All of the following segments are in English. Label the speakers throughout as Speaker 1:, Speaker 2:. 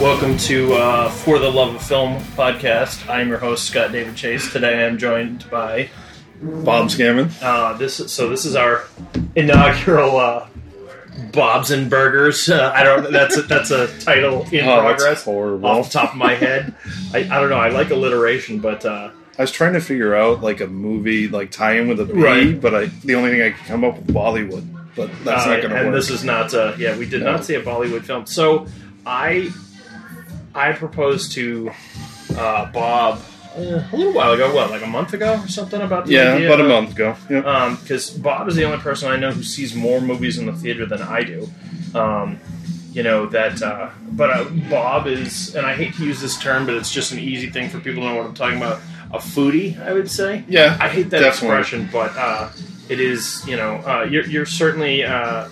Speaker 1: Welcome to uh, For the Love of Film podcast. I'm your host Scott David Chase. Today I'm joined by
Speaker 2: Bob Scammon.
Speaker 1: uh, this. So this is our inaugural uh, Bob's and Burgers. Uh, I don't. That's a, that's a title in
Speaker 2: Oh, that's
Speaker 1: progress.
Speaker 2: horrible.
Speaker 1: Off the top of my head, I, I don't know. I like alliteration, but uh,
Speaker 2: I was trying to figure out like a movie like tie in with a B,
Speaker 1: Right.
Speaker 2: but I the only thing I could come up with Bollywood, but that's
Speaker 1: uh,
Speaker 2: not going to
Speaker 1: and
Speaker 2: work.
Speaker 1: this is not. Uh, yeah, we did
Speaker 2: No.
Speaker 1: not see a Bollywood film. So I I proposed to uh, Bob. uh, A little while ago, what, like a month ago or something, about the
Speaker 2: yeah,
Speaker 1: idea
Speaker 2: about a
Speaker 1: of- uh,
Speaker 2: month ago. Yeah.
Speaker 1: because Um, Bob is the only person I know who sees more movies in the theater than I do. Um, you know that, uh, but uh, Bob is, and I hate to use this term, but it's just an easy thing for people to know what I'm talking about. A foodie, I would say.
Speaker 2: yeah,
Speaker 1: I hate that
Speaker 2: definitely.
Speaker 1: expression, but uh, it is, you know, uh, you're, you're certainly uh,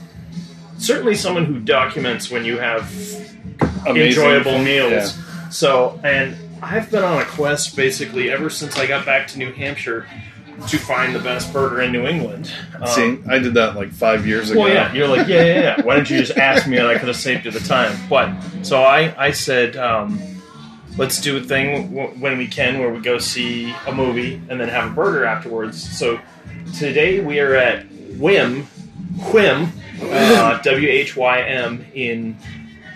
Speaker 1: certainly someone who documents when you have
Speaker 2: Amazing.
Speaker 1: enjoyable meals.
Speaker 2: Yeah.
Speaker 1: So, and I've been on a quest basically ever since I got back to New Hampshire to find the best burger in New England. Um,
Speaker 2: See, I did that like five years ago.
Speaker 1: well, yeah, you're like, yeah, yeah, yeah. Why didn't you just ask me and I could have saved you the time? But so I, I said, um, let's do a thing w- when we can where we go see a movie and then have a burger afterwards. So today we are at Whim, Whim, uh, W H Y M in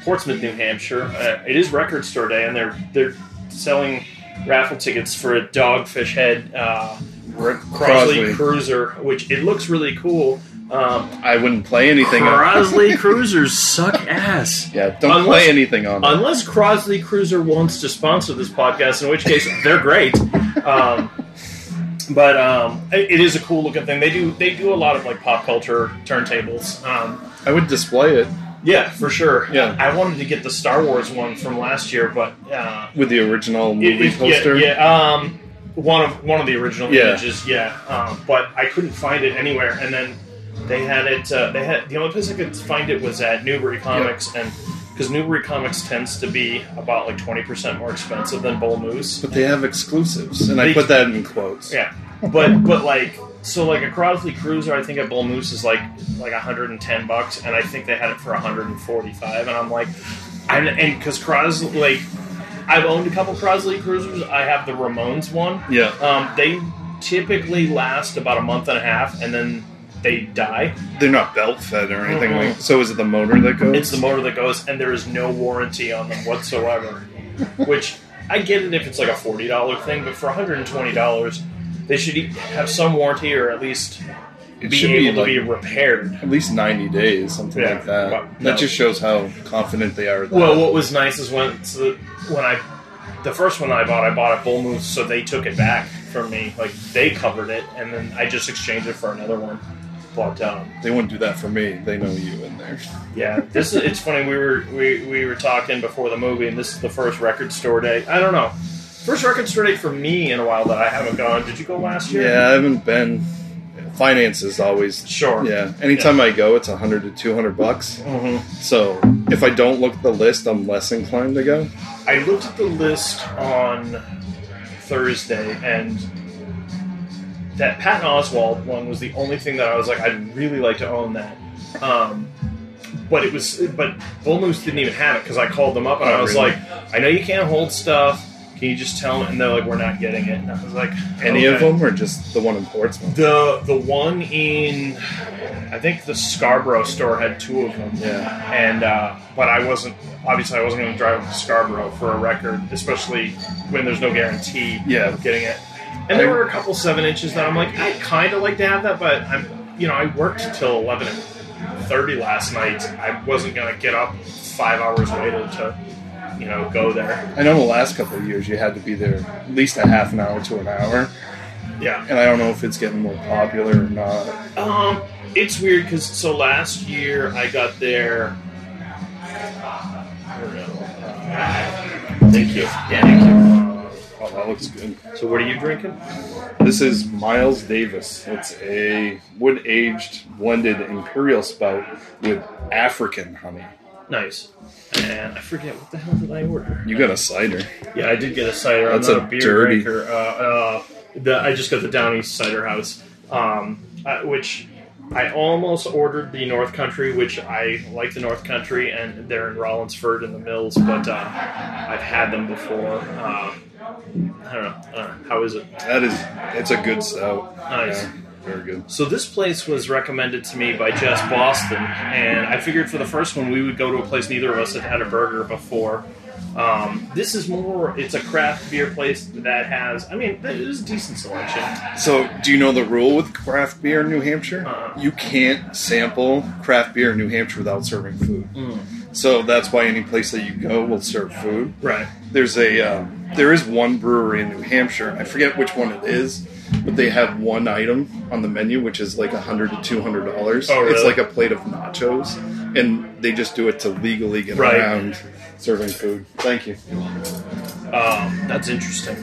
Speaker 1: Portsmouth, New Hampshire. Uh, it is Record Store Day, and they're they're selling raffle tickets for a Dogfish Head. Uh, Rick Crosley
Speaker 2: Crosley.
Speaker 1: Cruiser, which it looks really cool. Um,
Speaker 2: I wouldn't play anything. on
Speaker 1: Crosley Cruisers suck ass.
Speaker 2: Yeah, don't
Speaker 1: Unless-
Speaker 2: play anything on it.
Speaker 1: Unless Crosley Cruiser wants to sponsor this podcast, in which case they're great. Um, but um, it, it is a cool looking thing. They do they do a lot of like pop culture turntables. Um,
Speaker 2: I would display it
Speaker 1: yeah, for sure.
Speaker 2: Yeah.
Speaker 1: I wanted to get the Star Wars one from last year, but uh,
Speaker 2: with the original
Speaker 1: it-
Speaker 2: movie
Speaker 1: it-
Speaker 2: poster.
Speaker 1: Yeah, yeah um, one of one of the original
Speaker 2: Yeah.
Speaker 1: images. Yeah, um, but I couldn't find it anywhere. And then they had it. Uh, they had the only place I could find it was at Newbury Comics, and because Newbury Comics tends to be about like twenty percent more expensive than Bull Moose.
Speaker 2: But they have exclusives, and
Speaker 1: They-
Speaker 2: I put that in quotes.
Speaker 1: Yeah, but but like so like a Crosley Cruiser, I think at Bull Moose is like like 110 bucks, and I think they had it for 145, and I'm like, I'm, and because Crosley like. I've owned a couple Crosley Cruisers. I have the Ramones one.
Speaker 2: Yeah.
Speaker 1: Um, they typically last about a month and a half, and then they die.
Speaker 2: They're not belt fed or anything
Speaker 1: Mm-mm.
Speaker 2: like. So is it the motor that goes?
Speaker 1: It's the motor that goes, and there is no warranty on them whatsoever. Which I get it if it's like a forty dollar thing, but for one hundred and twenty dollars, they should e- have some warranty or at least
Speaker 2: It
Speaker 1: be
Speaker 2: should
Speaker 1: able to
Speaker 2: like,
Speaker 1: be repaired.
Speaker 2: at least 90 days, something
Speaker 1: Yeah,
Speaker 2: like that.
Speaker 1: but no.
Speaker 2: That just shows how confident they are. That.
Speaker 1: Well, what was nice is when so when I the first one I bought, I bought at Bull Moose, so they took it back from me. Like they covered it, and then I just exchanged it for another one. But um,
Speaker 2: they wouldn't do that for me. They know you in there.
Speaker 1: Yeah, this is. It's funny. We were we, we were talking before the movie, and this is the first record store day. I don't know, first record store day for me in a while that I haven't gone. Did you go last year?
Speaker 2: Yeah, I haven't been. Finance is always.
Speaker 1: sure.
Speaker 2: Yeah. Anytime I go, it's 100 to 200 bucks.
Speaker 1: hmm
Speaker 2: So if I don't look at the list, I'm less inclined to go.
Speaker 1: I looked at the list on Thursday, and that Patton Oswald one was the only thing that I was like, I'd really like to own that. Um, but it was, but Bull Moose didn't even have it because I called them up and
Speaker 2: Oh,
Speaker 1: I was
Speaker 2: really?
Speaker 1: like, I know you can't hold stuff. Can you just tell me? And they're like, we're not getting it. And I was like,
Speaker 2: Any
Speaker 1: okay.
Speaker 2: of them or just the one in Portsmouth?
Speaker 1: The the one in, I think the Scarborough store had two of them
Speaker 2: Yeah.
Speaker 1: and uh, but I wasn't obviously I wasn't going to drive up to Scarborough for a record, especially when there's no guarantee
Speaker 2: Yeah.
Speaker 1: of getting it. And there were a couple seven inches that I'm like I kind of like to have that, but I'm you know I worked till eleven thirty last night. I wasn't going to get up five hours later to you know go there.
Speaker 2: I know the last couple of years you had to be there at least a half an hour to an hour.
Speaker 1: Yeah.
Speaker 2: And I don't know if it's getting more popular or not.
Speaker 1: Um, it's weird because so last year I got there. I don't know. Uh, Thank you. Yeah, thank you.
Speaker 2: Oh, that looks good.
Speaker 1: So what are you drinking?
Speaker 2: This is Miles Davis. It's a wood aged blended imperial stout with African honey.
Speaker 1: Nice. And I forget what the hell did I order.
Speaker 2: You got a cider.
Speaker 1: Yeah, I did get a cider.
Speaker 2: That's
Speaker 1: I'm not
Speaker 2: a
Speaker 1: a, beer
Speaker 2: dirty-
Speaker 1: drinker. Uh, uh, the, I just got the Down East Cider House, um, uh, which I almost ordered the North Country, which I like the North Country, and they're in Rollinsford in the Mills, but uh, I've had them before. Uh, I don't know. Uh, how is it?
Speaker 2: That is, it's a good stout.
Speaker 1: Nice.
Speaker 2: Yeah, very good.
Speaker 1: So this place was recommended to me by Jess Boston, and I figured for the first one we would go to a place neither of us had had a burger before. Um, this is more, it's a craft beer place that has, I mean, there's a decent selection.
Speaker 2: So, do you know the rule with craft beer in New Hampshire?
Speaker 1: Uh-uh.
Speaker 2: You can't sample craft beer in New Hampshire without serving food. So that's why any place that you go will serve food.
Speaker 1: Right.
Speaker 2: There's a uh, there is one brewery in New Hampshire. I forget which one it is, but they have one item on the menu which is like a hundred to two hundred dollars.
Speaker 1: Oh, really?
Speaker 2: It's like a plate of nachos, and they just do it to legally get
Speaker 1: Right.
Speaker 2: around serving food. Thank you.
Speaker 1: Um, that's interesting.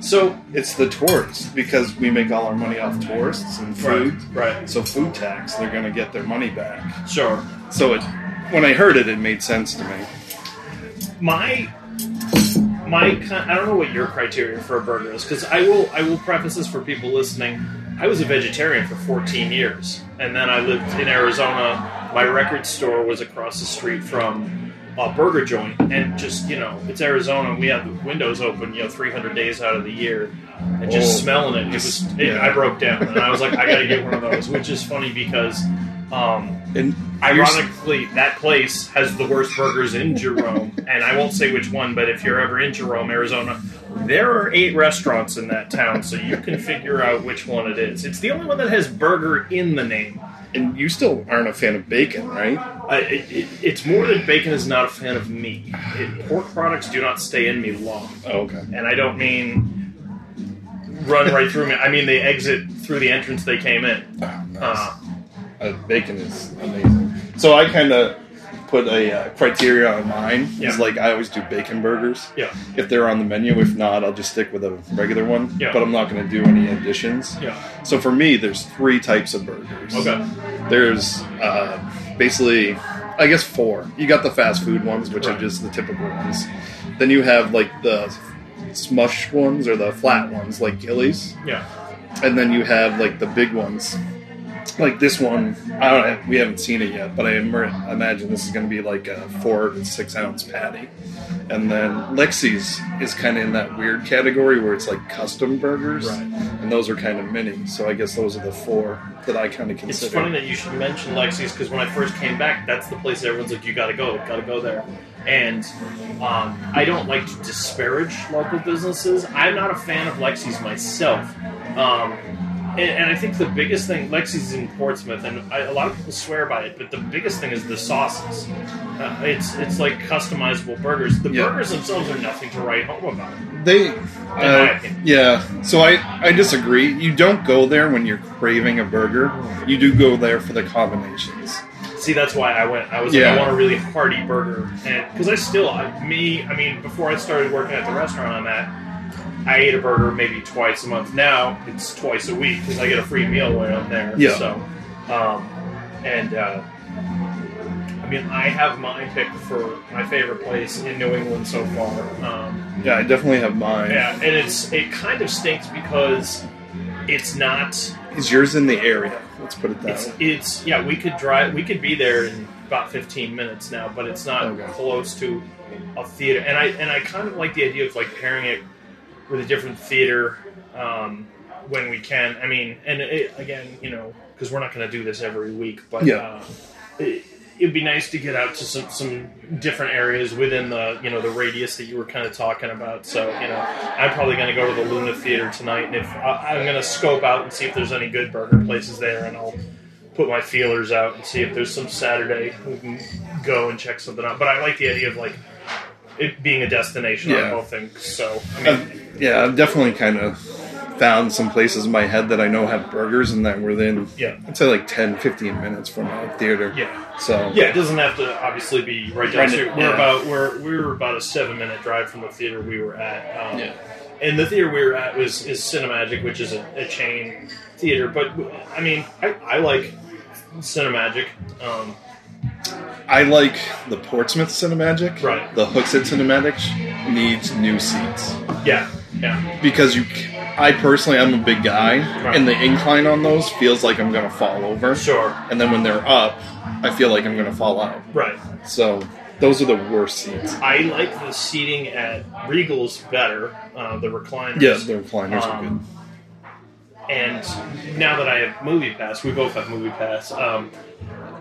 Speaker 1: So,
Speaker 2: It's the tourists because we make all our money off tourists and food.
Speaker 1: Right, right.
Speaker 2: So food tax, they're gonna get their money back.
Speaker 1: sure.
Speaker 2: So it, when I heard it, it made sense to me.
Speaker 1: my my ki- I don't know what your criteria for a burger is because I will I will preface this for people listening. I was a vegetarian for 14 years, and then I lived in Arizona. My record store was across the street from a burger joint, and just you know, it's Arizona. and We have the windows open, you know, 300 days out of the year, and just
Speaker 2: Oh.
Speaker 1: smelling it, it was. It, I broke down, and I was like, I got to get one of those, which is funny because. Um,
Speaker 2: And
Speaker 1: Ironically, that place has the worst burgers in Jerome, and I won't say which one, but if you're ever in Jerome, Arizona, there are eight restaurants in that town, so you can figure out which one it is. It's the only one that has burger in the name.
Speaker 2: and you still aren't a fan of bacon, right?
Speaker 1: I it, it, it's more that bacon is not a fan of me. It, pork products do not stay in me long,
Speaker 2: Oh, okay.
Speaker 1: and I don't mean run right through me. I mean they exit through the entrance they came in.
Speaker 2: Oh, nice.
Speaker 1: Uh,
Speaker 2: Uh, bacon is amazing. So I kind of put a uh, criteria on mine.
Speaker 1: Yeah.
Speaker 2: It's like I always do bacon burgers.
Speaker 1: yeah,
Speaker 2: If they're on the menu, if not, I'll just stick with a regular one.
Speaker 1: Yeah.
Speaker 2: But I'm not going to do any additions.
Speaker 1: yeah,
Speaker 2: So for me, there's three types of burgers.
Speaker 1: okay,
Speaker 2: There's uh, basically, I guess four. You got the fast food ones, which
Speaker 1: Right.
Speaker 2: are just the typical ones. Then you have like the smush ones or the flat ones, like Gillies.
Speaker 1: yeah,
Speaker 2: And then you have like the big ones, like this one. I don't. We haven't seen it yet, but I im- imagine this is going to be like a four to six ounce patty. And then Lexi's is kind of in that weird category where it's like custom burgers,
Speaker 1: Right.
Speaker 2: and those are kind of mini. So I guess those are the four that I kind of
Speaker 1: It's
Speaker 2: consider.
Speaker 1: funny that you should mention Lexi's because when I first came back, that's the place everyone's like, "You gotta go, gotta go there." And um, I don't like to disparage local businesses. I'm not a fan of Lexi's myself, um, and, and I think the biggest thing Lexi's in Portsmouth, and I, a lot of people swear by it, but the biggest thing is the sauces. Uh, it's it's like customizable burgers. The
Speaker 2: Yeah.
Speaker 1: burgers themselves are nothing to write home about.
Speaker 2: They,
Speaker 1: my
Speaker 2: uh,
Speaker 1: opinion.
Speaker 2: yeah. So I, I disagree. You don't go there when you're craving a burger. You do go there for the combinations.
Speaker 1: See, that's why I went. I was
Speaker 2: Yeah.
Speaker 1: like, I want a really hearty burger, and because I still, I, me, I mean, before I started working at the restaurant I'm at, I ate a burger maybe twice a month. Now it's twice a week because I get a free meal when I'm there.
Speaker 2: Yeah.
Speaker 1: So, um, and uh, I mean, I have my pick for my favorite place in New England so far. Um,
Speaker 2: Yeah, I definitely have mine.
Speaker 1: yeah, and it's it kind of stinks because it's not
Speaker 2: Is yours in the area? Let's put it that
Speaker 1: it's,
Speaker 2: way.
Speaker 1: it's yeah. We could drive. We could be there in about fifteen minutes now, but it's not
Speaker 2: Okay.
Speaker 1: close to a theater. And I and I kind of like the idea of like pairing it with a different theater um, when we can. I mean, and it, again, you know, because we're not going to do this every week, but
Speaker 2: Yeah.
Speaker 1: uh, it, it'd be nice to get out to some, some different areas within the you know the radius that you were kind of talking about. So you know, I'm probably going to go to the Luna Theater tonight, and if I, I'm going to scope out and see if there's any good burger places there, and I'll put my feelers out and see if there's some Saturday we can go and check something out. But I like the idea of like it being a destination
Speaker 2: Yeah.
Speaker 1: on both things. So I mean,
Speaker 2: I've, yeah, I've definitely kind of found some places in my head that I know have burgers and that within,
Speaker 1: Yeah.
Speaker 2: I'd say like 10, 15 minutes from a theater.
Speaker 1: yeah.
Speaker 2: So,
Speaker 1: Yeah, it doesn't have to obviously be right down
Speaker 2: Right,
Speaker 1: the street. We're
Speaker 2: yeah.
Speaker 1: about we're we were about a seven minute drive from the theater we were at. Um,
Speaker 2: Yeah.
Speaker 1: And the theater we were at was is Cinemagic, which is a, a chain theater. But I mean, I, I like Cinemagic. Um,
Speaker 2: I like the Portsmouth Cinemagic.
Speaker 1: Right.
Speaker 2: The Hooksett Cinemagic needs new seats
Speaker 1: yeah, yeah,
Speaker 2: because you, c- I personally, I'm a big guy,
Speaker 1: Right.
Speaker 2: and the incline on those feels like I'm gonna fall over.
Speaker 1: Sure.
Speaker 2: And then when they're up, I feel like I'm gonna fall out.
Speaker 1: Right.
Speaker 2: So those are the worst seats.
Speaker 1: I like the seating at Regal's better, uh, the recliners.
Speaker 2: Yes, the recliners are good.
Speaker 1: Um, And now that I have Movie Pass, we both have Movie Pass. Um,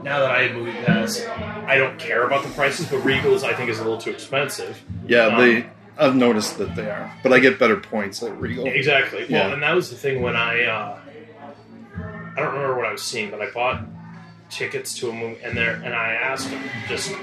Speaker 1: now that I have Movie Pass, I don't care about the prices, but Regal's I think is a little too expensive.
Speaker 2: Yeah,
Speaker 1: um,
Speaker 2: they. I've noticed that they are, but I get better points at Regal.
Speaker 1: Exactly. Well,
Speaker 2: Yeah.
Speaker 1: and that was the thing when I uh, I don't remember what I was seeing, but I bought tickets to a movie, and there and I asked them just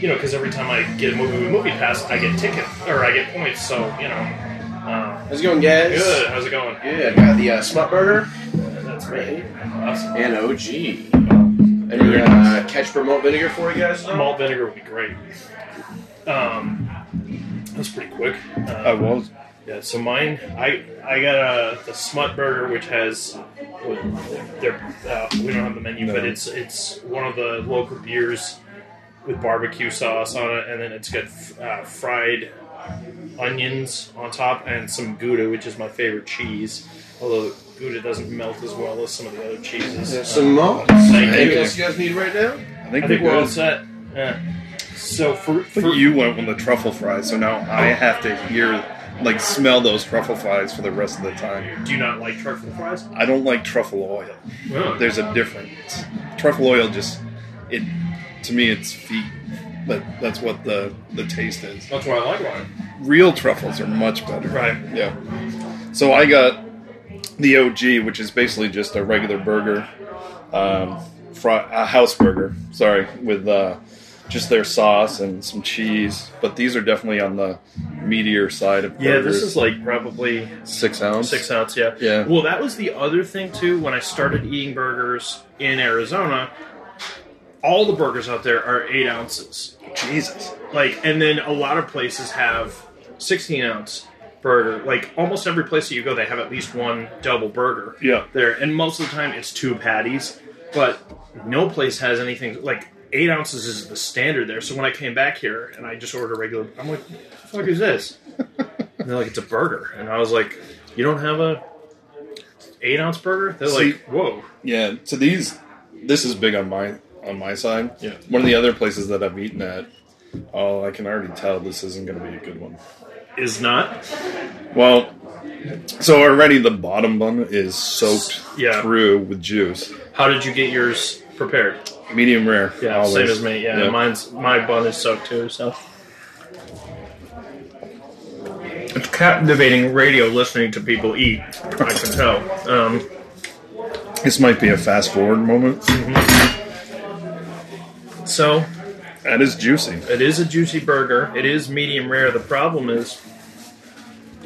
Speaker 1: you know because every time I get a movie with Movie Pass, I get ticket or I get points. So you know, uh,
Speaker 3: How's it going, guys?
Speaker 1: good. How's it going?
Speaker 3: Good. Got the uh, smut burger
Speaker 1: That's great. Awesome.
Speaker 3: and OG. Any uh, catch for malt vinegar for you guys? though?
Speaker 1: Malt vinegar would be great. Um, that was pretty quick.
Speaker 2: I
Speaker 1: Uh,
Speaker 2: was.
Speaker 1: yeah, so mine, I I got a the smut burger, which has their uh, we don't have the menu, but
Speaker 2: No.
Speaker 1: it's it's one of the local beers with barbecue sauce on it, and then it's got uh, fried onions on top and some gouda, which is my favorite cheese. Although gouda doesn't melt as well as some of the other cheeses. Uh,
Speaker 3: There's some malt.
Speaker 1: Thank
Speaker 3: Anything
Speaker 1: you.
Speaker 3: else you guys need right now?
Speaker 2: I think,
Speaker 1: I think
Speaker 2: they're
Speaker 1: we're all
Speaker 2: good.
Speaker 1: set. Yeah. So for,
Speaker 2: But
Speaker 1: for
Speaker 2: you went with the truffle fries, so now I have to hear, like, smell those truffle fries for the rest of the time.
Speaker 1: Do you not like truffle fries?
Speaker 2: I don't like truffle oil.
Speaker 1: No.
Speaker 2: There's a difference. Truffle oil just, it, to me, it's feet. But that's what the the taste is.
Speaker 1: That's why I like wine.
Speaker 2: Real truffles are much better.
Speaker 1: Right.
Speaker 2: Yeah. So I got the OG, which is basically just a regular burger, um, fr- a house burger. Sorry, with uh, just their sauce and some cheese. But these are definitely on the meatier side of
Speaker 1: Yeah, this
Speaker 2: burgers.
Speaker 1: is like probably
Speaker 2: six ounce.
Speaker 1: six ounce. Yeah.
Speaker 2: Yeah.
Speaker 1: Well, that was the other thing too. When I started eating burgers in Arizona, all the burgers out there are eight ounces.
Speaker 2: Jesus.
Speaker 1: Like, and then a lot of places have sixteen ounce burger. Like almost every place that you go, they have at least one double burger.
Speaker 2: Yeah.
Speaker 1: there, and most of the time it's two patties. But no place has anything like eight ounces is the standard there. So when I came back here and I just ordered a regular, I'm like, "What the "Fuck is this?" And they're like, "It's a burger," and I was like, "You don't have a eight ounce burger?" They're
Speaker 2: See-
Speaker 1: like, "Whoa,
Speaker 2: Yeah. So these, this is big on my on my side.
Speaker 1: Yeah.
Speaker 2: One of the other places that I've eaten at. Oh, I can already tell this isn't going to be a good one.
Speaker 1: is not."
Speaker 2: Well, so already the bottom bun is soaked
Speaker 1: Yeah.
Speaker 2: through with juice.
Speaker 1: How did you get yours prepared?
Speaker 2: Medium rare.
Speaker 1: Yeah,
Speaker 2: always.
Speaker 1: same as me. Yeah, mine's my bun is soaked too. So it's captivating radio listening to people eat. I can tell. Um,
Speaker 2: This might be a fast forward moment.
Speaker 1: so
Speaker 2: That is juicy.
Speaker 1: It is a juicy burger. It is medium rare. The problem is,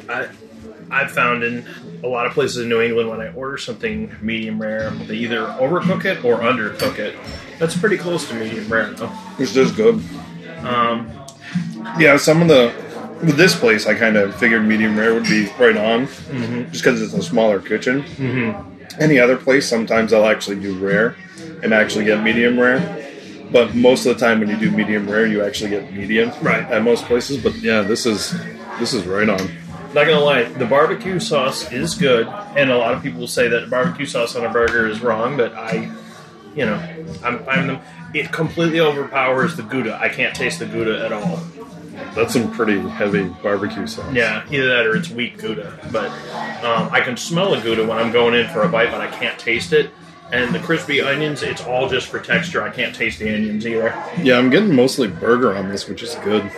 Speaker 1: I I've found in a lot of places in New England when I order something medium rare, they either overcook it or undercook it. That's pretty close to medium rare though.
Speaker 2: This is good.
Speaker 1: Um,
Speaker 2: Yeah, some of the with this place, I kind of figured medium rare would be right on,
Speaker 1: Mm-hmm.
Speaker 2: just because it's a smaller kitchen. Mm-hmm. Any other place, sometimes I'll actually do rare and actually get medium rare. But most of the time, when you do medium rare, you actually get medium
Speaker 1: Right.
Speaker 2: at most places. But yeah, this is this is right on.
Speaker 1: not gonna lie, the barbecue sauce is good, and a lot of people say that barbecue sauce on a burger is wrong, but I, you know, I'm I'm the, it completely overpowers the gouda. I can't taste the gouda at all.
Speaker 2: That's some pretty heavy barbecue sauce.
Speaker 1: Yeah, either that or it's weak Gouda. But um, I can smell a Gouda when I'm going in for a bite, but I can't taste it. And the crispy onions, it's all just for texture. I can't taste the onions either.
Speaker 2: Yeah, I'm getting mostly burger on this, which is good.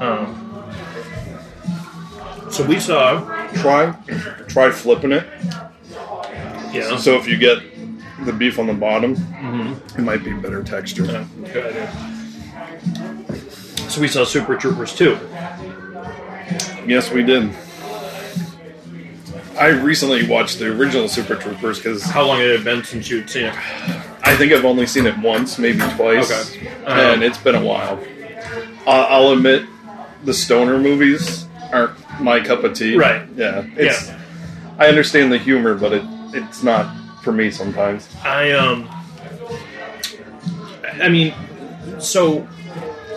Speaker 1: Um, so we saw,
Speaker 2: Try try flipping it.
Speaker 1: you know,
Speaker 2: So if you get the beef on the bottom,
Speaker 1: Mm-hmm.
Speaker 2: it might be better texture.
Speaker 1: uh, good idea. so we saw Super Troopers 2.
Speaker 2: Yes, we did. I recently watched the original Super Troopers because
Speaker 1: How long had it been since you'd seen it?
Speaker 2: I think I've only seen it once, maybe twice,
Speaker 1: Okay. Um,
Speaker 2: and it's been a while. I- I'll admit, the stoner movies aren't my cup of tea.
Speaker 1: Right.
Speaker 2: Yeah. It's, I understand the humor, but it it's not for me
Speaker 1: um,
Speaker 2: sometimes.
Speaker 1: I um, I mean, so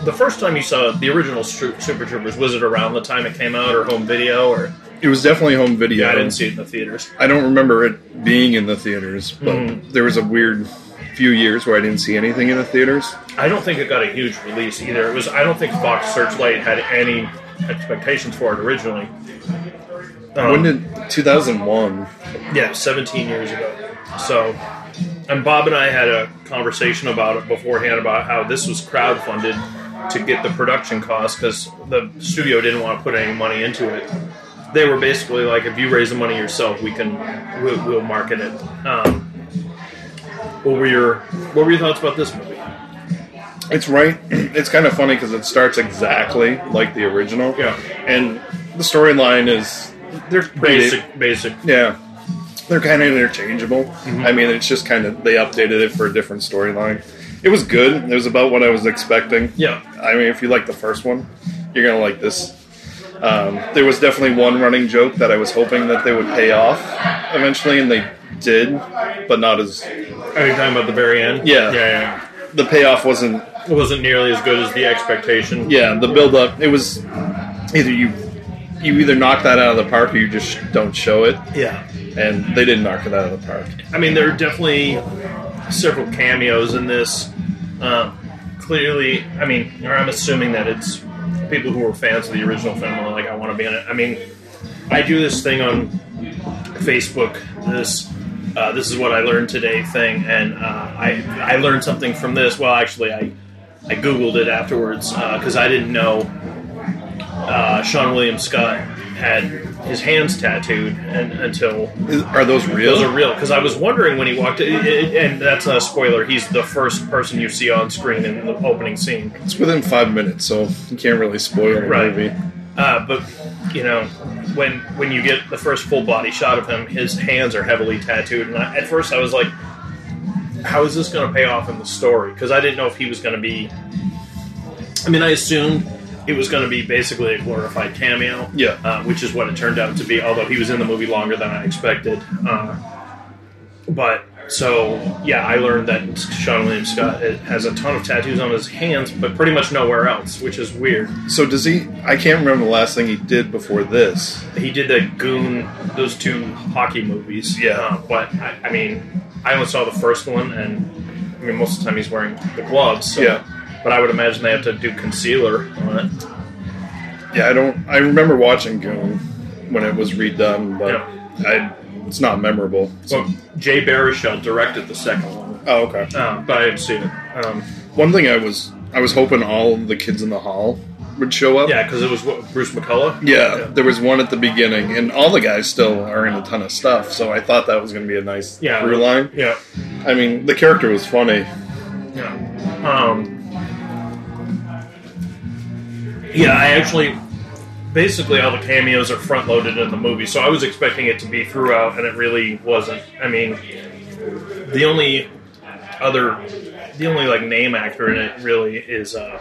Speaker 1: the first time you saw the original Stru- Super Troopers was it around the time it came out or home video or
Speaker 2: It was definitely home video.
Speaker 1: yeah I didn't see it in the theaters.
Speaker 2: I don't remember it being in the theaters, but
Speaker 1: Mhm.
Speaker 2: there was a weird few years where I didn't see anything in the theaters.
Speaker 1: I don't think it got a huge release either. It was I don't think Fox Searchlight had any expectations for it originally. Um,
Speaker 2: when did 2001?
Speaker 1: Yeah, 17 years ago. So, and Bob and I had a conversation about it beforehand about how this was crowdfunded to get the production cost because the studio didn't want to put any money into it. They were basically like, if you raise the money yourself, we can, we'll, we'll market it. Um, what were your, what were your thoughts about this movie?
Speaker 2: It's right. It's kind of funny because it starts exactly like the original.
Speaker 1: Yeah.
Speaker 2: and the storyline is they're pretty-
Speaker 1: Basic, basic.
Speaker 2: Yeah, they're kind of interchangeable.
Speaker 1: Mm-hmm.
Speaker 2: I mean, it's just kind of they updated it for a different storyline. It was good. It was about what I was expecting.
Speaker 1: Yeah.
Speaker 2: I mean, if you like the first one, you're gonna like this. Um, there was definitely one running joke that I was hoping that they would pay off eventually, and they did, but not as
Speaker 1: Are you talking about the very end?
Speaker 2: Yeah.
Speaker 1: Yeah,
Speaker 2: the payoff wasn't.
Speaker 1: yeah. It wasn't nearly as good as the expectation.
Speaker 2: Yeah, the build up. It was either you you either knock that out of the park or you just don't show it,
Speaker 1: Yeah.
Speaker 2: and they didn't knock it out of the park.
Speaker 1: I mean, there are definitely several cameos in this. Uh, clearly, I mean, or I'm assuming that it's people who were fans of the original film are like, I want to be in it. I mean, I do this thing on Facebook, this uh, this is what I learned today thing, and uh, I I learned something from this. Well, actually, I I googled it afterwards because I didn't know uh, Sean William Scott had his hands tattooed and, until
Speaker 2: Is- Are those real?
Speaker 1: those are real because I was wondering when he walked. i- i- and that's not a spoiler. He's the first person you see on screen in the opening scene.
Speaker 2: It's within five minutes, so you can't really spoil the
Speaker 1: Right.
Speaker 2: movie.
Speaker 1: Uh, but you know, when when you get the first full body shot of him, his hands are heavily tattooed. And I, at first, I was like, "How is this going to pay off in the story?" Because I didn't know if he was going to be. I mean, I assumed it was going to be basically a glorified cameo.
Speaker 2: Yeah.
Speaker 1: uh, which is what it turned out to be. Although he was in the movie longer than I expected. Uh, but so yeah, I learned that Sean William Scott has a ton of tattoos on his hands, but pretty much nowhere else, which is weird.
Speaker 2: So does he? I can't remember the last thing he did before this.
Speaker 1: he did that goon those two hockey movies
Speaker 2: Yeah.
Speaker 1: Uh, but I, I mean i only saw the first one and i mean most of the time he's wearing the gloves so.
Speaker 2: Yeah.
Speaker 1: but i would imagine they have to do concealer on it
Speaker 2: Yeah, I don't. I remember watching Goon when it was redone, but I, it's not memorable. So,
Speaker 1: well jay baruchel directed the second one
Speaker 2: oh, okay.
Speaker 1: uh, but i didn't see it um,
Speaker 2: One thing I was I was hoping all of the kids in the hall would show up.
Speaker 1: yeah because it was what, bruce mccullough
Speaker 2: Yeah, there was one at the beginning, and all the guys still are in a ton of stuff. So I thought that was going to be a nice
Speaker 1: yeah
Speaker 2: through line.
Speaker 1: yeah
Speaker 2: I mean, the character was funny.
Speaker 1: Yeah. Um, yeah, I actually. Basically, all the cameos are front loaded in the movie, so I was expecting it to be throughout, and it really wasn't. I mean, the only other. The only like name actor in it really is uh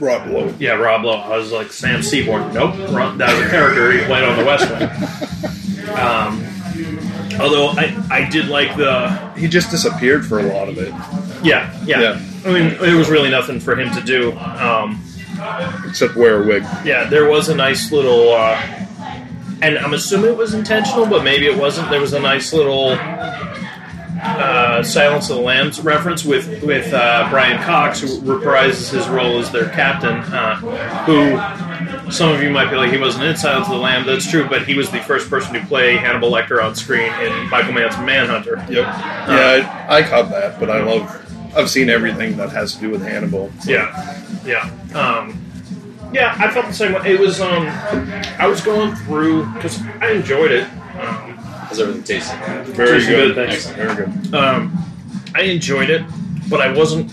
Speaker 2: Rob Lowe.
Speaker 1: yeah Rob Lowe. I was like Sam Seaborn. Nope, Ron, that was a character he played on The West Wing. Um, although I I did like the
Speaker 2: He just disappeared for a lot of it.
Speaker 1: yeah, yeah.
Speaker 2: Yeah.
Speaker 1: I mean, there was really nothing for him to do. Um,
Speaker 2: except wear a wig.
Speaker 1: yeah, there was a nice little, uh, and I'm assuming it was intentional, but maybe it wasn't. There was a nice little uh, Silence of the Lambs reference with with uh, Brian Cox, who reprises his role as their captain, uh, who some of you might be like, he wasn't in Silence of the Lamb. That's true, but he was the first person to play Hannibal Lecter on screen in Michael Mann's Manhunter.
Speaker 2: Yep. Yeah, I, I caught that, but I love. I've seen everything that has to do with Hannibal.
Speaker 1: Yeah, yeah, um, yeah. I felt the same way. It was um, I was going through because I enjoyed it. Um,
Speaker 3: How's everything tasting?
Speaker 2: Very
Speaker 1: Tastes good,
Speaker 2: good.
Speaker 1: thanks.
Speaker 2: Excellent. Very good.
Speaker 1: um, I enjoyed it, but I wasn't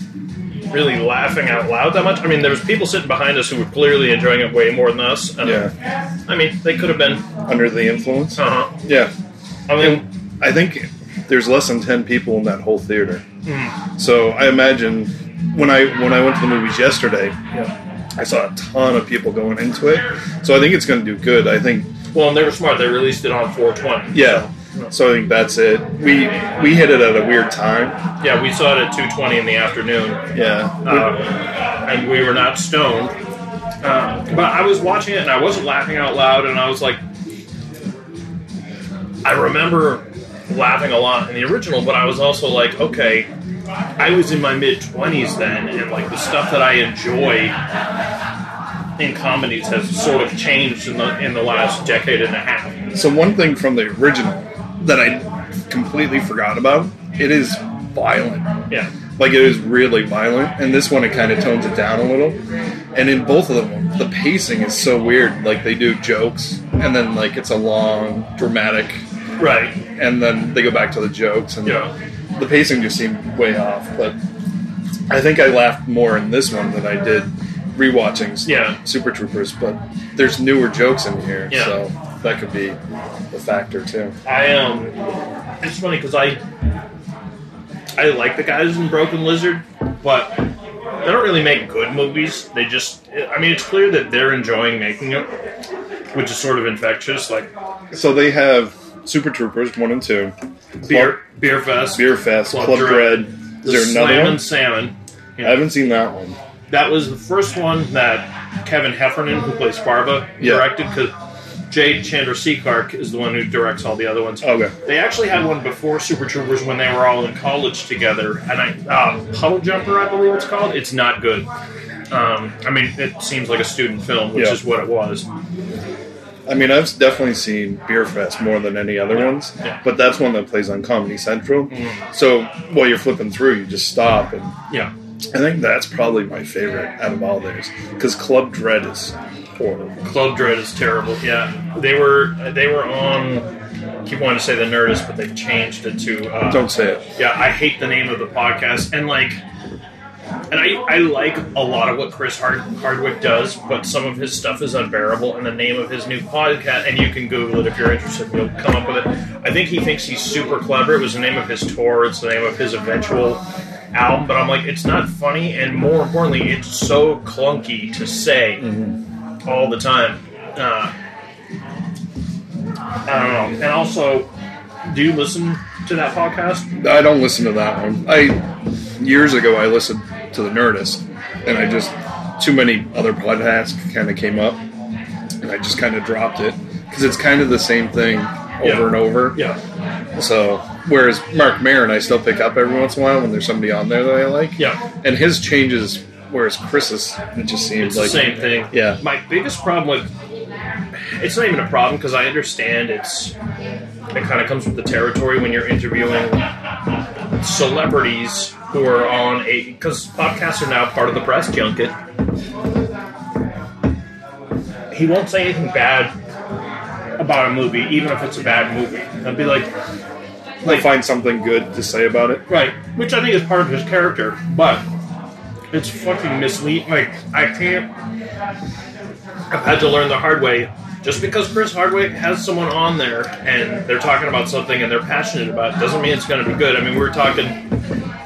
Speaker 1: really laughing out loud that much. I mean, there was people sitting behind us who were clearly enjoying it way more than us. and,
Speaker 2: Yeah.
Speaker 1: I mean, they could have been.
Speaker 2: Under the influence.
Speaker 1: Uh huh.
Speaker 2: Yeah.
Speaker 1: I mean,
Speaker 2: I think there's less than ten people in that whole theater.
Speaker 1: mm,
Speaker 2: So I imagine when I when I went to the movies yesterday,
Speaker 1: yeah.
Speaker 2: I saw a ton of people going into it. So I think it's going to do good. I think.
Speaker 1: Well, and they were smart. They released it on 420.
Speaker 2: Yeah. So I think that's it. We we hit it at a weird time.
Speaker 1: Yeah, we saw it at 2:20 in the afternoon.
Speaker 2: Yeah.
Speaker 1: Uh, and we were not stoned. Uh, but I was watching it and I wasn't laughing out loud, and I was like, I remember laughing a lot in the original, but I was also like, okay, I was in my mid 20s then, and like the stuff that I enjoy in comedies has sort of changed in the in the last decade and a half.
Speaker 2: So one thing from the original that I completely forgot about, it is violent.
Speaker 1: Yeah.
Speaker 2: Like it is really violent, and this one it kind of tones it down a little. And in both of them, the pacing is so weird. Like they do jokes, and then like it's a long dramatic,
Speaker 1: Right.
Speaker 2: and then they go back to the jokes, and
Speaker 1: Yeah.
Speaker 2: the pacing just seemed way off. But I think I laughed more in this one than I did rewatching
Speaker 1: Yeah.
Speaker 2: Super Troopers. But there's newer jokes in here,
Speaker 1: Yeah.
Speaker 2: so that could be the factor too.
Speaker 1: I um, it's funny because I I like the guys in Broken Lizard, but they don't really make good movies. They just, I mean, it's clear that they're enjoying making it, which is sort of infectious. Like
Speaker 2: So they have Super Troopers one and two,
Speaker 1: beer,
Speaker 2: Club,
Speaker 1: beer fest,
Speaker 2: Beer Fest,
Speaker 1: Club
Speaker 2: Club,
Speaker 1: Dread,
Speaker 2: Dread.
Speaker 1: the
Speaker 2: Is there
Speaker 1: Slam
Speaker 2: another one?
Speaker 1: and salmon.
Speaker 2: I haven't seen that one.
Speaker 1: that was the first one that Kevin Heffernan, who plays Farva,
Speaker 2: Yeah.
Speaker 1: directed because Jade Chandrasekhark is the one who directs all the other ones.
Speaker 2: Okay.
Speaker 1: They actually had one before Super Troopers when they were all in college together, and I uh, Puddle Jumper, I believe it's called. It's not good. Um, I mean, it seems like a student film, which
Speaker 2: Yeah.
Speaker 1: is what it was.
Speaker 2: I mean, I've definitely seen Beer Fest more than any other ones,
Speaker 1: Yeah. Mm.
Speaker 2: but that's one that plays on Comedy Central. So while you're flipping through, you just stop and
Speaker 1: Yeah,
Speaker 2: I think that's probably my favorite out of all theirs because Club Dread is horrible.
Speaker 1: Club Dread is terrible. Yeah, they were they were on. I keep wanting to say the Nerdist, but they've changed it to. Uh,
Speaker 2: Don't say it.
Speaker 1: Yeah, I hate the name of the podcast, and like, and I I like a lot of what Chris Hard- Hardwick does, but some of his stuff is unbearable. And the name of his new podcast, and you can Google it if you're interested, you'll come up with it. I think he thinks he's super clever. It was the name of his tour. It's the name of his eventual album. But I'm like, it's not funny, and more importantly, it's so clunky to say all the time. Uh, I don't know. And also, do you listen to that podcast?
Speaker 2: I don't listen to that one. I years ago I listened to the Nerdist, and I just too many other podcasts kind of came up, and I just kind of dropped it because it's kind of the same thing over
Speaker 1: Yeah.
Speaker 2: and over.
Speaker 1: Yeah.
Speaker 2: So whereas Mark Maron, I still pick up every once in a while when there's somebody on there that I like.
Speaker 1: Yeah.
Speaker 2: and his changes, whereas Chris's, it just
Speaker 1: It's
Speaker 2: seems like
Speaker 1: the same thing.
Speaker 2: Yeah.
Speaker 1: My biggest problem with it's not even a problem because I understand it's it kind of comes with the territory when you're interviewing celebrities who are on a because podcasts are now part of the press junket. He won't say anything bad about a movie, even if it's a bad movie. I'd be like,
Speaker 2: They find something good to say about it.
Speaker 1: Right, which I think is part of his character, but it's fucking misleading. Like, I can't. I've had to learn the hard way. Just because Chris Hardwick has someone on there and they're talking about something and they're passionate about it doesn't mean it's going to be good. I mean, we were talking,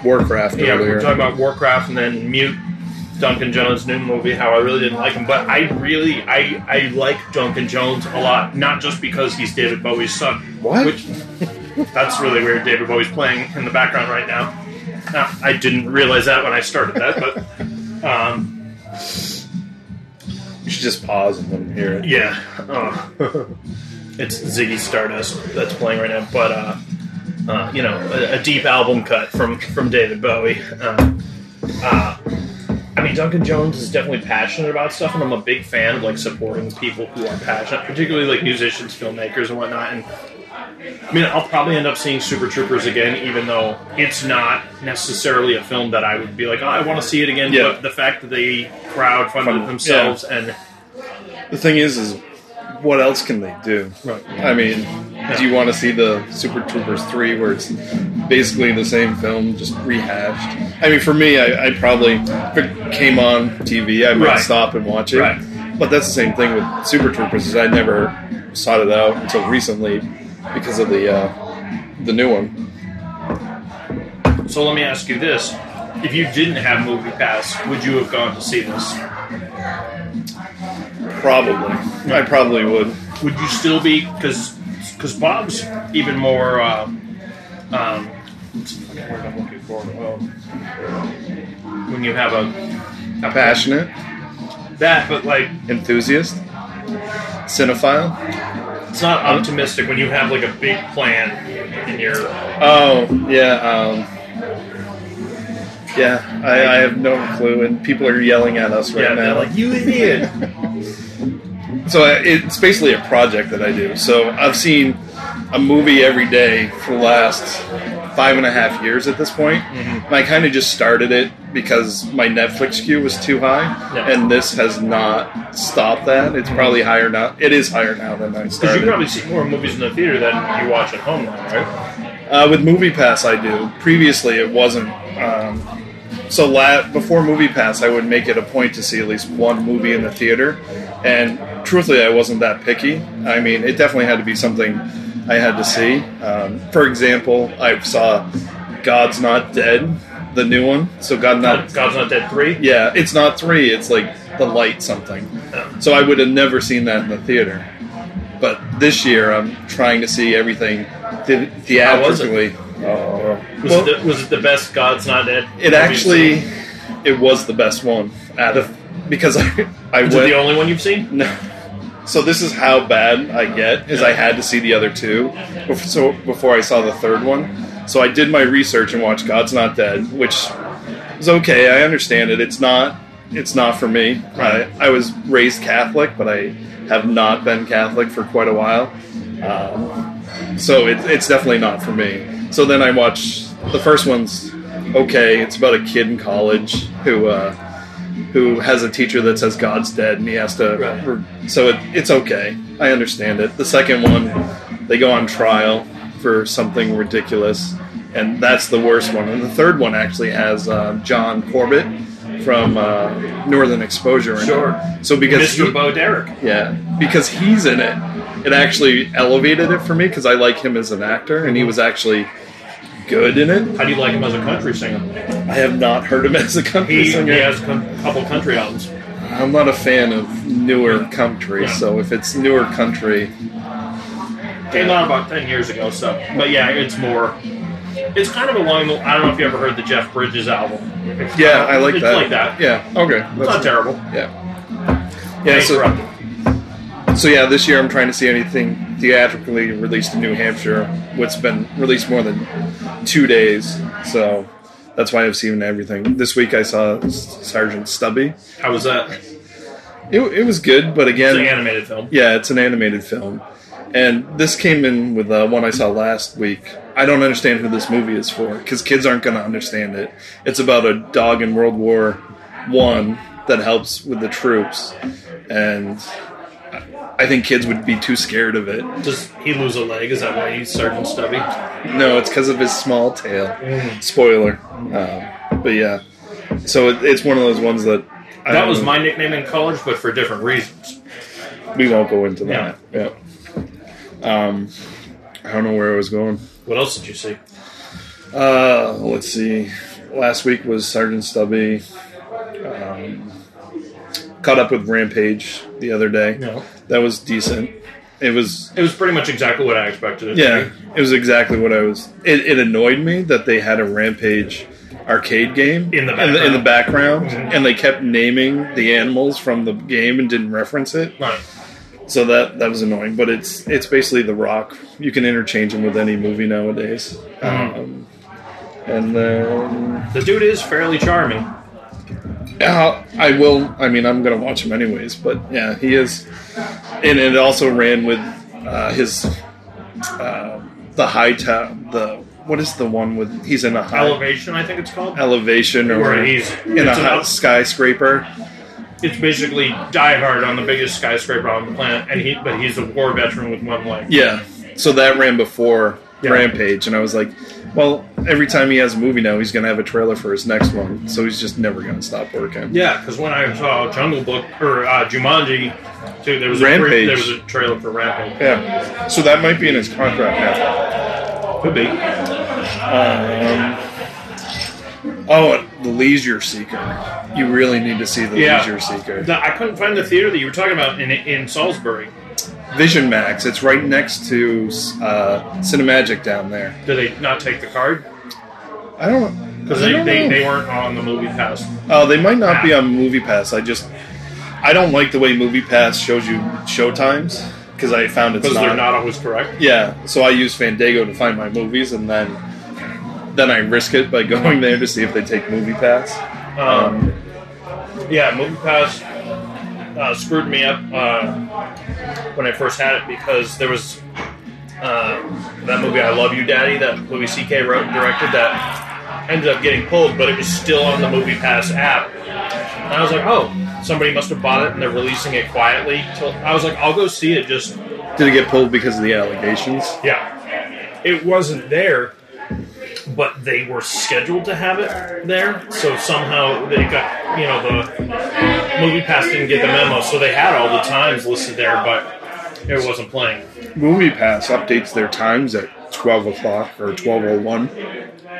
Speaker 2: Warcraft
Speaker 1: yeah, we
Speaker 2: earlier.
Speaker 1: were talking about Warcraft and then Mute, Duncan Jones' new movie, how I really didn't like him, but I really, I, I like Duncan Jones a lot, not just because he's David Bowie's son.
Speaker 2: What?
Speaker 1: Which that's really weird. David Bowie's playing in the background right now. Uh, I didn't realize that when I started that, but um,
Speaker 2: you should just pause and let them hear it.
Speaker 1: yeah, uh, it's Ziggy Stardust that's playing right now. But uh, uh, you know, a, a deep album cut from from David Bowie. Uh, uh, I mean, Duncan Jones is definitely passionate about stuff, and I'm a big fan of like supporting people who are passionate, particularly like musicians, filmmakers, and whatnot. And I mean, I'll probably end up seeing Super Troopers again, even though it's not necessarily a film that I would be like, oh, I want to see it again.
Speaker 2: Yeah.
Speaker 1: But the fact that they crowdfunded
Speaker 2: Fund-
Speaker 1: it themselves and
Speaker 2: The thing is, is what else can they do?
Speaker 1: Right.
Speaker 2: I mean, do you want to see the Super Troopers three, where it's basically the same film just rehashed? I mean, for me, I, I probably if it came on TV, I might
Speaker 1: Right.
Speaker 2: stop and watch it.
Speaker 1: Right.
Speaker 2: But that's the same thing with Super Troopers. Is I never sought it out until recently because of the uh, the new one.
Speaker 1: So let me ask you this: If you didn't have Movie Pass, would you have gone to see this?
Speaker 2: Probably, I probably would.
Speaker 1: Would you still be because because Bob's even more um, um, what's the fucking word I'm looking for? Well, when you have a
Speaker 2: Passionate,
Speaker 1: That, but like,
Speaker 2: enthusiast, cinephile.
Speaker 1: it's not optimistic when you have like a big plan in your.
Speaker 2: Oh yeah, um, yeah. I, I have no clue, and people are yelling at us right
Speaker 1: yeah, they're
Speaker 2: now.
Speaker 1: like, you idiot.
Speaker 2: So I- it's basically a project that I do. So I've seen a movie every day for the last five and a half years at this point.
Speaker 1: Mm-hmm.
Speaker 2: And I kind of just started it because my Netflix queue was too high,
Speaker 1: Yeah.
Speaker 2: and this has not stopped that. It's probably higher now. It is higher now than I
Speaker 1: Because
Speaker 2: started.
Speaker 1: you probably see more movies in the theater than you watch at home now, right?
Speaker 2: Uh, with MoviePass, I do. Previously, it wasn't. Um, so la- before MoviePass, I would make it a point to see at least one movie in the theater. And truthfully, I wasn't that picky. I mean, it definitely had to be something I had to see. Um, for example, I saw God's Not Dead, the new one. So God Not
Speaker 1: Not, God's Not Dead 3?
Speaker 2: yeah, it's not three. It's like the light something. So I would have never seen that in the theater. But this year, I'm trying to see everything
Speaker 1: was
Speaker 2: the-
Speaker 1: it?
Speaker 2: theatrically. Oh.
Speaker 1: Was,
Speaker 2: Well,
Speaker 1: it the, was it the best God's Not Dead?
Speaker 2: it
Speaker 1: movie
Speaker 2: actually,
Speaker 1: you've seen?
Speaker 2: it was the best one out of because I I
Speaker 1: Is it
Speaker 2: went
Speaker 1: the only one you've seen?
Speaker 2: no. So this is how bad I get is I had to see the other two, bef- so before I saw the third one. So I did my research and watched God's Not Dead, which is okay. I understand it. It's not. It's not for me. I, I was raised Catholic, but I have not been Catholic for quite a while. Um, so it, it's definitely not for me. So then I watched the first one's okay. It's about a kid in college who. Uh, who has a teacher that says God's dead and he has to.
Speaker 1: Right.
Speaker 2: re- So it, it's okay. I understand it. The second one, they go on trial for something ridiculous, and that's the worst one. And the third one actually has uh, John Corbett from uh, Northern Exposure. In
Speaker 1: Sure.
Speaker 2: It. So because
Speaker 1: Mr.
Speaker 2: he-
Speaker 1: Bo Derek.
Speaker 2: yeah, because he's in it. It actually elevated it for me because I like him as an actor, and he was actually good in it.
Speaker 1: How do you like him as a country singer?
Speaker 2: I have not heard him as a country
Speaker 1: He, he
Speaker 2: singer.
Speaker 1: has a cou- couple country albums.
Speaker 2: I'm not a fan of newer country,
Speaker 1: Yeah.
Speaker 2: so if it's newer country,
Speaker 1: Came out about 10 years ago, so. But yeah, it's more. It's kind of along the. I don't know if you ever heard the Jeff Bridges album. It's
Speaker 2: yeah,
Speaker 1: kind
Speaker 2: I
Speaker 1: of-
Speaker 2: like
Speaker 1: it's
Speaker 2: that.
Speaker 1: like that.
Speaker 2: Yeah. Okay.
Speaker 1: It's not terrible.
Speaker 2: Yeah. Yeah.
Speaker 1: Hey,
Speaker 2: So,
Speaker 1: corrupt.
Speaker 2: so yeah, this year I'm trying to see anything theatrically released in New Hampshire, what's been released more than two days. So that's why I've seen everything. This week I saw Sergeant Stubby.
Speaker 1: How was that? It's
Speaker 2: It, it was good, but again,
Speaker 1: an animated film.
Speaker 2: Yeah, it's an animated film. And this came in with uh, one I saw last week. I don't understand who this movie is for because kids aren't going to understand it. It's about a dog in World War One that helps with the troops, and I- I think kids would be too scared of it.
Speaker 1: Does he lose a leg? Is that why he's Sergeant Stubby?
Speaker 2: No, it's because of his small tail.
Speaker 1: Mm.
Speaker 2: Spoiler, um, but yeah. So it, it's one of those ones that I
Speaker 1: That
Speaker 2: don't
Speaker 1: was
Speaker 2: know.
Speaker 1: my nickname in college, but for different reasons.
Speaker 2: We won't go into that. Yeah. Um, I don't know where I was going.
Speaker 1: What else did you see?
Speaker 2: Uh, let's see. Last week was Sergeant Stubby. Um, caught up with Rampage the other day.
Speaker 1: No.
Speaker 2: That was decent. It was
Speaker 1: It was pretty much exactly what I expected. it to
Speaker 2: yeah, it was exactly what I was. It, it annoyed me that they had a Rampage arcade game
Speaker 1: In the
Speaker 2: in the background, and they kept naming the animals from the game and didn't reference it.
Speaker 1: be. Right.
Speaker 2: So that that was annoying, but it's it's basically The Rock. You can interchange him with any movie nowadays.
Speaker 1: Mm-hmm.
Speaker 2: Um, and then
Speaker 1: The dude is fairly charming.
Speaker 2: uh, I will. I mean, I'm gonna watch him anyways. But yeah, he is. And it also ran with uh, his uh, the high town. The what is the one with he's in a high
Speaker 1: Elevation, I think it's called.
Speaker 2: elevation or
Speaker 1: Where he's
Speaker 2: in a
Speaker 1: it's,
Speaker 2: high
Speaker 1: about-
Speaker 2: skyscraper.
Speaker 1: it's basically Die Hard on the biggest skyscraper on the planet, and he but he's a war veteran with one leg.
Speaker 2: Yeah. So that ran before
Speaker 1: Yeah.
Speaker 2: Rampage, and I was like, well, every time he has a movie now, he's gonna have a trailer for his next one. So he's just never gonna stop working.
Speaker 1: Yeah, because when I saw Jungle Book or uh, Jumanji, too, there was a
Speaker 2: Rampage.
Speaker 1: there was a trailer for Rampage.
Speaker 2: Yeah. So that might be in his contract now.
Speaker 1: Could be.
Speaker 2: Um, oh, and The Leisure Seeker. You really need to see The
Speaker 1: Yeah.
Speaker 2: Leisure Seeker.
Speaker 1: The- I couldn't find the theater that you were talking about in in Salisbury.
Speaker 2: Vision Max. It's right next to uh, Cinemagic down there.
Speaker 1: Did they not take the card?
Speaker 2: I don't.
Speaker 1: Because
Speaker 2: I
Speaker 1: they,
Speaker 2: don't
Speaker 1: they,
Speaker 2: know.
Speaker 1: they weren't on the movie pass.
Speaker 2: Uh, they might not be on Movie Pass. I just I don't like the way Movie Pass shows you show times because I found it's
Speaker 1: Because
Speaker 2: not,
Speaker 1: they're not always correct.
Speaker 2: Yeah, so I use Fandango to find my movies, and then then I risk it by going there to see if they take Movie Pass.
Speaker 1: Um, yeah, movie pass uh, screwed me up uh, when I first had it because there was uh, that movie I Love You Daddy that Louis C.K. wrote and directed that ended up getting pulled, but it was still on the movie pass app. And I was like, oh, somebody must have bought it and they're releasing it quietly. Till I was like, I'll go see it just
Speaker 2: Did it get pulled because of the allegations?
Speaker 1: yeah. It wasn't there, but they were scheduled to have it there. So somehow they got, you know, the movie pass didn't get the memo. So they had all the times listed there, but it wasn't playing.
Speaker 2: Movie Pass updates their times at twelve o'clock or twelve o one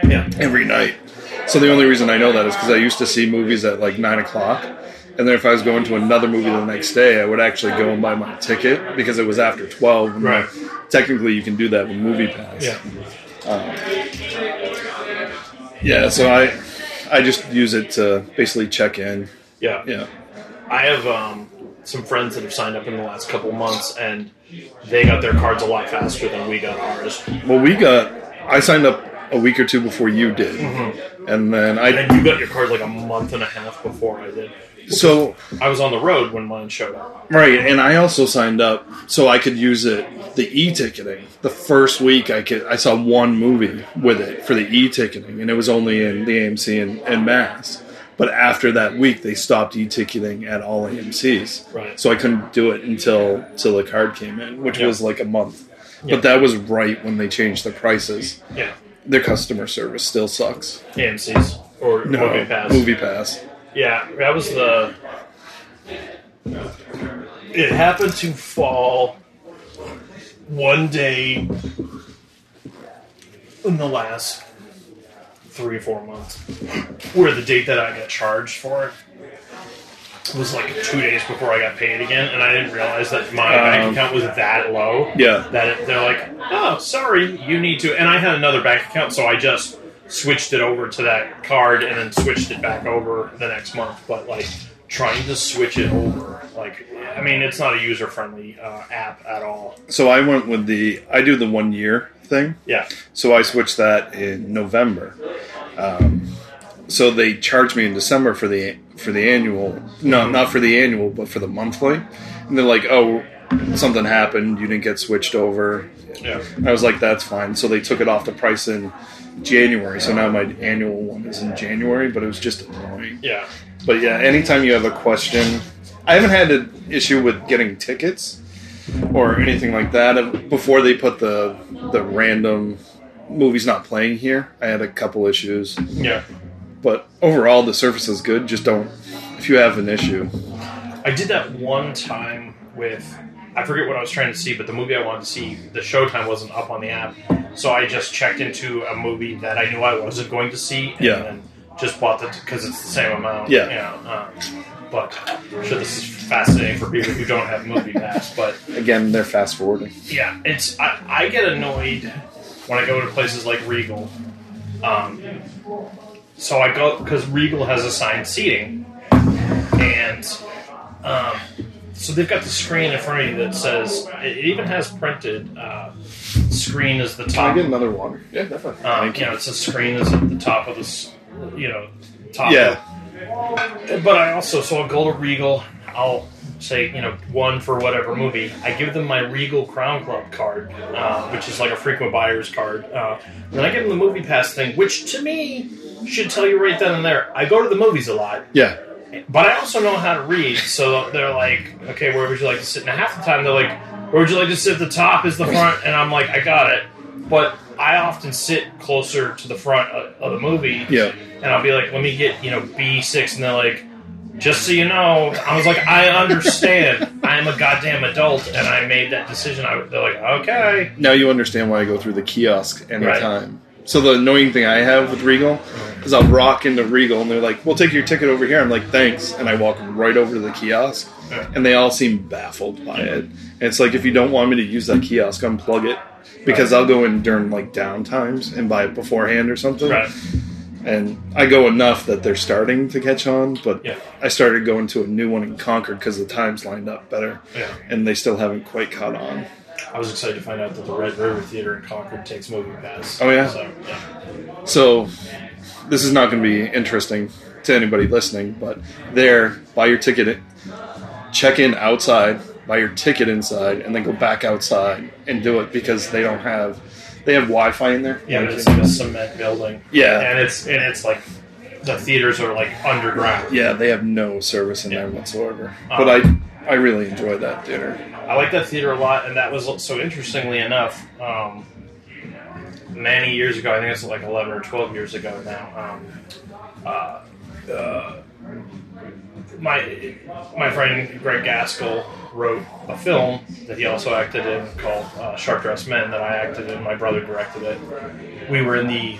Speaker 1: Yeah.
Speaker 2: every night. So the only reason I know that is because I used to see movies at like nine o'clock, and then if I was going to another movie the next day, I would actually go and buy my ticket because it was after twelve. and
Speaker 1: Right.
Speaker 2: Technically, you can do that with Movie Pass.
Speaker 1: Yeah.
Speaker 2: Yeah. So I, I just use it to basically check in.
Speaker 1: Yeah.
Speaker 2: Yeah.
Speaker 1: I have um, some friends that have signed up in the last couple months and they got their cards a lot faster than we got ours.
Speaker 2: Well, we got. I signed up a week or two before you did, and then I.
Speaker 1: Mm-hmm. And you got your card like a month and a half before I did.
Speaker 2: so
Speaker 1: I was on the road when mine showed up.
Speaker 2: right, and I also signed up so I could use it the e-ticketing. The first week I could I saw one movie with it for the e-ticketing, and it was only in the AMC and, and Mass. But after that week, they stopped e-ticketing at all AMC's,
Speaker 1: Right.
Speaker 2: so I couldn't do it until till the card came in, which
Speaker 1: Yeah.
Speaker 2: was like a month.
Speaker 1: Yeah.
Speaker 2: But that was right when they changed the prices.
Speaker 1: Yeah.
Speaker 2: Their customer service still sucks.
Speaker 1: AMC's or movie pass.
Speaker 2: Movie Pass.
Speaker 1: Yeah, that was the. It happened to fall one day in the last three or four months, where the date that I got charged for it was like two days before I got paid again, and I didn't realize that my
Speaker 2: Um,
Speaker 1: bank account was that low
Speaker 2: Yeah.
Speaker 1: that it, they're like, oh, sorry, you need to. And I had another bank account, so I just switched it over to that card and then switched it back over the next month. But like trying to switch it over, like I mean, it's not a user friendly uh, app at all.
Speaker 2: So I went with the I do the one year thing.
Speaker 1: Yeah,
Speaker 2: So I switched that in November. Um, so they charged me in December for the for the annual. No, not for the annual, but for the monthly. And they're like, "Oh, something happened. You didn't get switched over."
Speaker 1: yeah,
Speaker 2: I was like, "That's fine." So they took it off the price in January. So now my annual one is in January, but it was just annoying.
Speaker 1: yeah,
Speaker 2: But yeah, anytime you have a question, I haven't had an issue with getting tickets or anything like that. Uh, Before they put the the random movies not playing here, I had a couple issues.
Speaker 1: yeah.
Speaker 2: But overall, the service is good. Just don't if you have an issue.
Speaker 1: I did that one time with I forget what I was trying to see, but the movie I wanted to see, the showtime wasn't up on the app, so I just checked into a movie that I knew I wasn't going to see, and
Speaker 2: Yeah.
Speaker 1: then just bought the because it's the same amount.
Speaker 2: Yeah.
Speaker 1: you know, uh, but I'm sure this is fascinating for people who don't have movie pass, but
Speaker 2: Again, they're fast forwarding.
Speaker 1: yeah, it's I, I get annoyed when I go to places like Regal. Um, so I go because Regal has assigned seating, and um, so they've got the screen in front of you that says it, it even has printed uh, screen as the
Speaker 2: Can I
Speaker 1: top.
Speaker 2: get another water? Yeah, definitely.
Speaker 1: Um,
Speaker 2: Thank
Speaker 1: you
Speaker 2: you.
Speaker 1: know, it says screen is at the top of the s- you know top
Speaker 2: Yeah,
Speaker 1: but I also, so I'll go to Regal. I'll say, you know, one for whatever movie. I give them my Regal Crown Club card, uh, which is like a frequent buyer's card. Uh, then I give them the movie pass thing, which to me should tell you right then and there. I go to the movies a lot,
Speaker 2: yeah.
Speaker 1: but I also know how to read. So they're like, okay, where would you like to sit? And half the time they're like, where would you like to sit? At the top is the front, and I'm like, I got it. But I often sit closer to the front of, of the movie
Speaker 2: Yeah.
Speaker 1: and I'll be like, let me get, you know, B6. And they're like, just so you know, I was like, I understand. I'm a goddamn adult and I made that decision. I, they're like, okay.
Speaker 2: now you understand why I go through the kiosk
Speaker 1: Right.
Speaker 2: anytime. So the annoying thing I have with Regal is I'll rock into Regal and they're like, "We'll take your ticket over here." I'm like, "Thanks," and I walk right over to the kiosk,
Speaker 1: Yeah.
Speaker 2: and they all seem baffled by it. And it's like, if you don't want me to use that kiosk, unplug it because I'll go in during like down times and buy it beforehand or something.
Speaker 1: Right.
Speaker 2: and I go enough that they're starting to catch on. But
Speaker 1: Yeah.
Speaker 2: I started going to a new one in Concord because the times lined up better,
Speaker 1: Yeah.
Speaker 2: and they still haven't quite caught on.
Speaker 1: I was excited to find out that the Red River Theater in Concord takes movie pass.
Speaker 2: Oh, yeah?
Speaker 1: So, yeah.
Speaker 2: So this is not going to be interesting to anybody listening, but there, buy your ticket, check in outside, buy your ticket inside, and then go back outside and do it because they don't have they have Wi-Fi in there.
Speaker 1: Yeah, but it's in a cement building.
Speaker 2: Yeah.
Speaker 1: And it's and it's like the theaters are like underground.
Speaker 2: Yeah, they have no service in there
Speaker 1: Yeah.
Speaker 2: whatsoever.
Speaker 1: Uh,
Speaker 2: But I I really enjoy that dinner.
Speaker 1: I like that theater a lot, and that was so interestingly enough. Um, many years ago, I think it's like eleven or twelve years ago now. Um, uh, uh, my my friend Greg Gaskell wrote a film that he also acted in called uh, Sharp Dressed Men that I acted in. My brother directed it. We were in the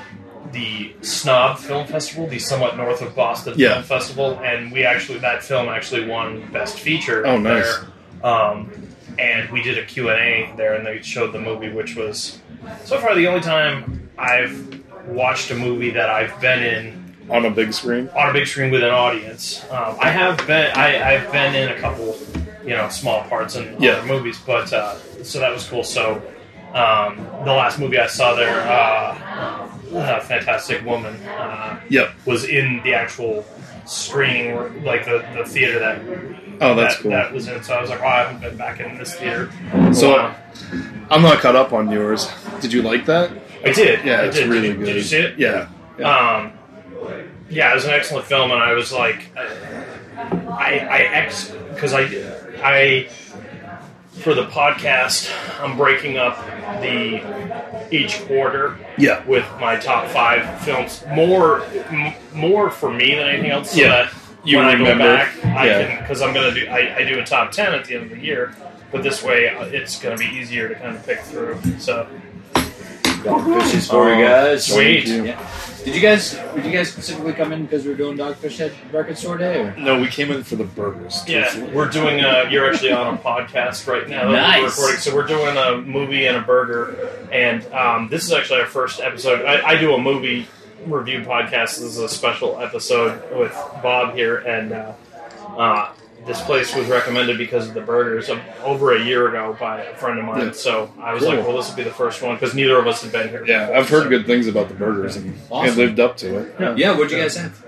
Speaker 1: the Snob Film Festival, the somewhat north of Boston
Speaker 2: Yeah.
Speaker 1: Film Festival, and we actually that film actually won Best Feature.
Speaker 2: Oh, nice.
Speaker 1: There. Um, and we did a Q&A there and they showed the movie which was so far the only time I've watched a movie that I've been in
Speaker 2: On a big screen.
Speaker 1: on a big screen with an audience. Um, I have been I, I've been in a couple you know small parts in
Speaker 2: Yeah.
Speaker 1: other movies but uh, so that was cool so um, the last movie I saw there uh, uh, Fantastic Woman uh,
Speaker 2: Yep.
Speaker 1: was in the actual screening like the, the theater that
Speaker 2: Oh, that's
Speaker 1: that,
Speaker 2: cool.
Speaker 1: that was in. So I was like, oh, I haven't been back in this theater.
Speaker 2: So-
Speaker 1: Wow.
Speaker 2: I'm not caught up on yours. Did you like that?
Speaker 1: I did.
Speaker 2: Yeah,
Speaker 1: I
Speaker 2: it's
Speaker 1: did.
Speaker 2: really
Speaker 1: did, you-
Speaker 2: good.
Speaker 1: Did you see it?
Speaker 2: Yeah. Yeah.
Speaker 1: Um, yeah, it was an excellent film, and I was like, I, I ex because I, I for the podcast, I'm breaking up the each quarter
Speaker 2: yeah.
Speaker 1: with my top five films. More, m- more for me than anything else. So
Speaker 2: Yeah.
Speaker 1: that
Speaker 2: You
Speaker 1: when
Speaker 2: remember.
Speaker 1: I go back, I
Speaker 2: Yeah.
Speaker 1: can because I'm gonna do. I, I do a top ten at the end of the year, but this way uh, it's gonna be easier to kind of pick through. So
Speaker 4: Got the fishes for you
Speaker 2: Oh,
Speaker 4: guys.
Speaker 1: sweet.
Speaker 2: you.
Speaker 4: Yeah. Did you guys? Did you guys specifically come in because we were doing Dogfish Head Market Store Day? Or?
Speaker 2: No, we came in for the burgers.
Speaker 1: Yeah, we're doing. A, you're actually on a podcast right now. that We're
Speaker 4: Nice.
Speaker 1: recording. So we're doing a movie and a burger, and um, this is actually our first episode. I, I do a movie review podcast. This is a special episode with Bob here, and uh, uh, this place was recommended because of the burgers um, over a year ago by a friend of mine.
Speaker 2: Yeah.
Speaker 1: So I was
Speaker 2: Cool.
Speaker 1: like, well, this will be the first one because neither of us had been here.
Speaker 2: Yeah, I've heard good things about the burgers and
Speaker 4: Awesome.
Speaker 2: it lived up to it.
Speaker 4: Yeah. What'd you guys have?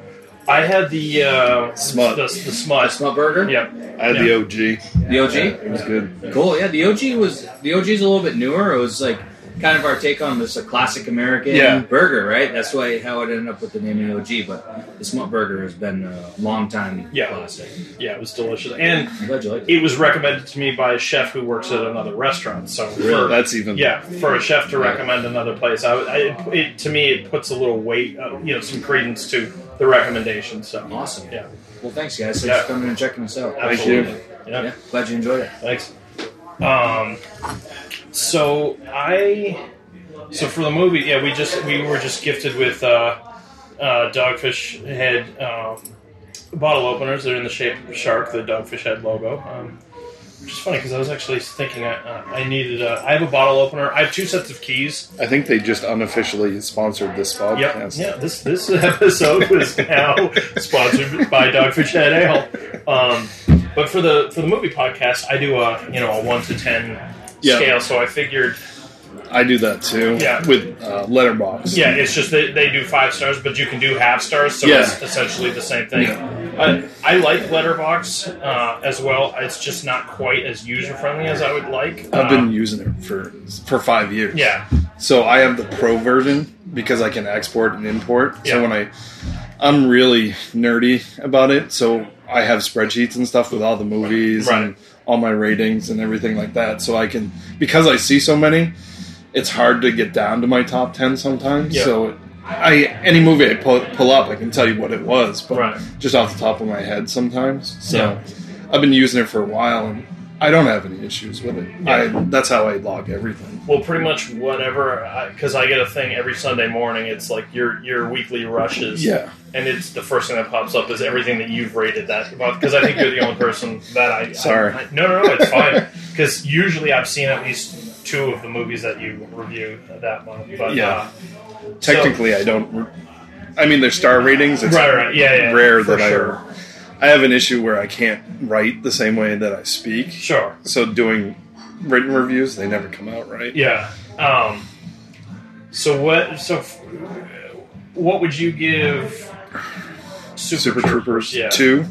Speaker 1: I had the uh,
Speaker 2: Smut.
Speaker 1: The, the smut.
Speaker 4: Smut burger.
Speaker 1: Yep.
Speaker 2: I had
Speaker 1: Yeah.
Speaker 2: the OG.
Speaker 4: The OG.
Speaker 2: Yeah, it was good.
Speaker 4: Cool. Yeah. The OG was the OG's a little bit newer. It was like kind of our take on this a classic American
Speaker 2: Yeah.
Speaker 4: burger, right? That's why how it ended up with the name of the OG. But the Smut Burger has been a long time
Speaker 1: Yeah.
Speaker 4: classic.
Speaker 1: Yeah, it was delicious. And
Speaker 4: I'm glad you liked it.
Speaker 1: it was recommended to me by a chef who works at another restaurant. So, for-
Speaker 4: Really?
Speaker 2: That's even.
Speaker 1: yeah, for a chef to recommend another place, I, would- I it, it to me it puts a little weight, uh, you know, some credence to the recommendation. So,
Speaker 4: Awesome.
Speaker 1: yeah,
Speaker 4: Well, thanks guys. Thanks
Speaker 1: Yeah.
Speaker 4: for coming and checking us out.
Speaker 2: Thank you.
Speaker 1: absolutely. Yeah.
Speaker 4: Yeah. Glad you enjoyed it.
Speaker 1: Thanks. Um, so I, so for the movie, yeah, we just we were just gifted with uh, uh, dogfish head um, bottle openers. They're in the shape of a shark, the dogfish head logo. Um, which is funny because I was actually thinking I, uh, I needed a. I have a bottle opener. I have two sets of keys.
Speaker 2: I think they just unofficially sponsored this
Speaker 1: Yep.
Speaker 2: podcast.
Speaker 1: Yeah. This this episode was now sponsored by Dogfish Head Ale. Um, but for the for the movie podcast, I do a you know a one to ten
Speaker 2: Yeah.
Speaker 1: scale. So I figured,
Speaker 2: I do that too.
Speaker 1: Yeah.
Speaker 2: With uh, Letterbox.
Speaker 1: yeah, it's just that they do five stars, but you can do half stars. So
Speaker 2: Yeah.
Speaker 1: it's essentially the same thing.
Speaker 2: Yeah.
Speaker 1: I, I like Letterbox uh, as well. It's just not quite as user friendly as I would like.
Speaker 2: I've
Speaker 1: Um,
Speaker 2: been using it for for five years.
Speaker 1: yeah.
Speaker 2: So I have the pro version because I can export and import.
Speaker 1: Yeah.
Speaker 2: So when I I'm really nerdy about it, so I have spreadsheets and stuff with all the movies
Speaker 1: Right.
Speaker 2: and all my ratings and everything like that. So I can because I see so many, it's hard to get down to my top ten sometimes.
Speaker 1: Yeah.
Speaker 2: So I any movie I pull, pull up, I can tell you what it was, but
Speaker 1: Right.
Speaker 2: just off the top of my head sometimes. So
Speaker 1: Yeah.
Speaker 2: I've been using it for a while and I don't have any issues with it.
Speaker 1: Yeah.
Speaker 2: I, that's how I log everything.
Speaker 1: Well, pretty much whatever, because I, get a thing every Sunday morning. It's like your your weekly rushes.
Speaker 2: Yeah.
Speaker 1: and it's the first thing that pops up is everything that you've rated that month because I think you're the only person that I.
Speaker 2: Sorry.
Speaker 1: I- no, no, no, it's fine. Because usually I've seen at least two of the movies that you review that month. But
Speaker 2: Yeah.
Speaker 1: uh,
Speaker 2: Technically, I don't. re- I mean, they're star ratings. It's
Speaker 1: Right, right, yeah, yeah,
Speaker 2: rare
Speaker 1: for
Speaker 2: that I-
Speaker 1: sure.
Speaker 2: I. have an issue where I can't write the same way that I speak.
Speaker 1: Sure.
Speaker 2: So doing written reviews, they never come out right.
Speaker 1: Yeah. Um, so what? So f- what would you give Super,
Speaker 2: Super Troopers
Speaker 1: Yeah.
Speaker 2: two.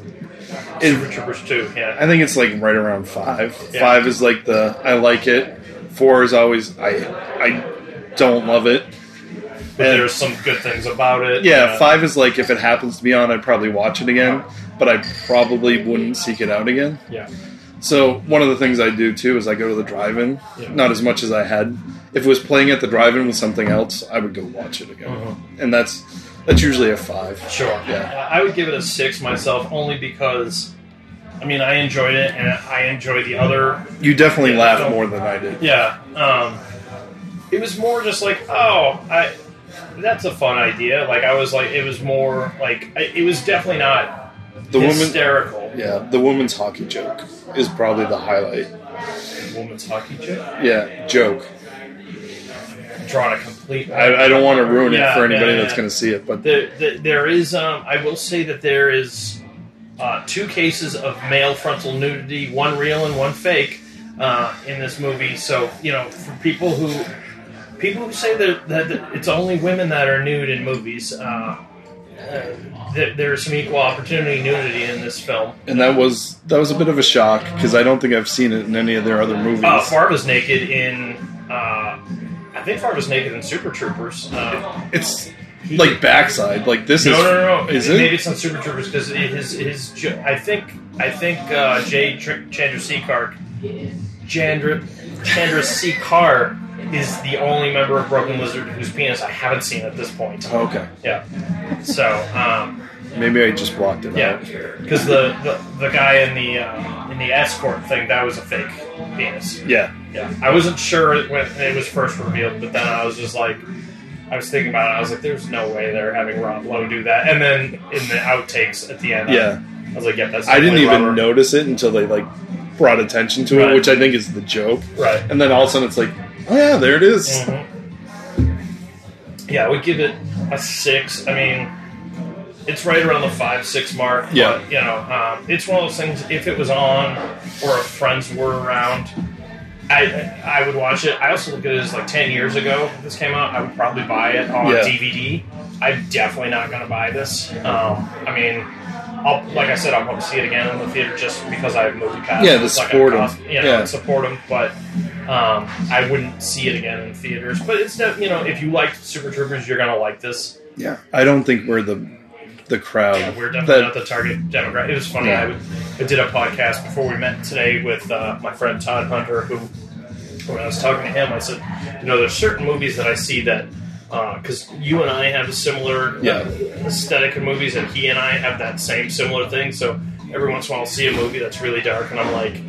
Speaker 1: Super Troopers Two? Yeah.
Speaker 2: I think it's like right around five.
Speaker 1: Yeah.
Speaker 2: Five is like the I like it. Four is always I I don't love it.
Speaker 1: But there's some good things about it.
Speaker 2: Yeah,
Speaker 1: uh,
Speaker 2: five is like if it happens to be on, I'd probably watch it again, but I probably wouldn't seek it out again.
Speaker 1: Yeah.
Speaker 2: So one of the things I do too is I go to the drive-in.
Speaker 1: Yeah.
Speaker 2: Not as much as I had. If it was playing at the drive-in with something else, I would go watch it again.
Speaker 1: Mhm.
Speaker 2: And that's that's usually a five.
Speaker 1: Sure.
Speaker 2: Yeah.
Speaker 1: Uh, I would give it a six myself, only because, I mean, I enjoyed it, and I enjoy the other.
Speaker 2: You definitely
Speaker 1: Yeah,
Speaker 2: laugh
Speaker 1: so-
Speaker 2: more than I did.
Speaker 1: Yeah. Um, it was more just like, oh, I. That's a fun idea. Like I was like, it was more like I- it was definitely not
Speaker 2: The woman,
Speaker 1: hysterical.
Speaker 2: yeah, the woman's hockey joke is probably the highlight.
Speaker 1: Woman's hockey chick.
Speaker 2: Yeah, joke.
Speaker 1: Drawn a complete.
Speaker 2: I, I don't want to ruin
Speaker 1: Yeah,
Speaker 2: it for anybody
Speaker 1: yeah, yeah.
Speaker 2: that's going to see it, but
Speaker 1: There, there, there is. Um, I will say that there is uh, two cases of male frontal nudity, one real and one fake, uh, in this movie. So you know, for people who people who say that, that, that it's only women that are nude in movies, uh, uh, there, there's some equal opportunity nudity in this film.
Speaker 2: and that was that was a bit of a shock because I don't think I've seen it in any of their other movies.
Speaker 1: Uh, Farva's naked in. Uh, I think Farva's naked in Super Troopers. Uh,
Speaker 2: it's like backside, like this
Speaker 1: No,
Speaker 2: is
Speaker 1: no, no, no.
Speaker 2: is
Speaker 1: Maybe
Speaker 2: it?
Speaker 1: it's on Super Troopers because his his. J- I think I think uh, Jay Tr- Chandra Seacar, Chandra Chandra Seacar is the only member of Broken Lizard whose penis I haven't seen at this point.
Speaker 2: Oh, okay,
Speaker 1: Yeah. So um,
Speaker 2: maybe I just blocked it.
Speaker 1: yeah,
Speaker 2: out.
Speaker 1: because the, the the guy in the uh, in the escort thing that was a fake penis.
Speaker 2: yeah.
Speaker 1: Yeah, I wasn't sure when it was first revealed, but then I was just like, I was thinking about it. I was like, there's no way they're having Rob Lowe do that. And then in the outtakes at the end, I-
Speaker 2: Yeah.
Speaker 1: I, was like, yeah, that's.
Speaker 2: Uh, I didn't
Speaker 1: definitely
Speaker 2: even
Speaker 1: Robert.
Speaker 2: notice it until they like brought attention to
Speaker 1: Right.
Speaker 2: it, which I think is the joke.
Speaker 1: Right.
Speaker 2: And then all of a sudden it's like, oh yeah, there it is.
Speaker 1: Mhm. Yeah, I would give it a six. I mean, it's right around the five six mark.
Speaker 2: Yeah.
Speaker 1: But, you know, um, it's one of those things. If it was on or if friends were around, I I would watch it. I also look at it as like ten years ago this came out. I would probably buy it on
Speaker 2: Yeah.
Speaker 1: DVD. I'm definitely not going to buy this. Um, I mean. I'll, like I said, I'll probably see it again in the theater just because I have movie pass.
Speaker 2: Yeah, to
Speaker 1: It's like a
Speaker 2: support 'em.
Speaker 1: cost- you know,
Speaker 2: Yeah.
Speaker 1: support them, but um, I wouldn't see it again in theaters. But it's not, you know, if you liked Super Troopers, you're gonna like this.
Speaker 2: Yeah. I don't think we're the the crowd.
Speaker 1: Yeah, we're definitely
Speaker 2: that,
Speaker 1: not the target demographic. It was funny.
Speaker 2: Yeah.
Speaker 1: I, would, I did a podcast before we met today with uh, my friend Todd Hunter, who when I was talking to him, I said, you know, there's certain movies that I see that because you and I have a similar
Speaker 2: Yeah.
Speaker 1: aesthetic of movies, and he and I have that same similar thing. So every once in a while, I'll see a movie that's really dark, and I'm like.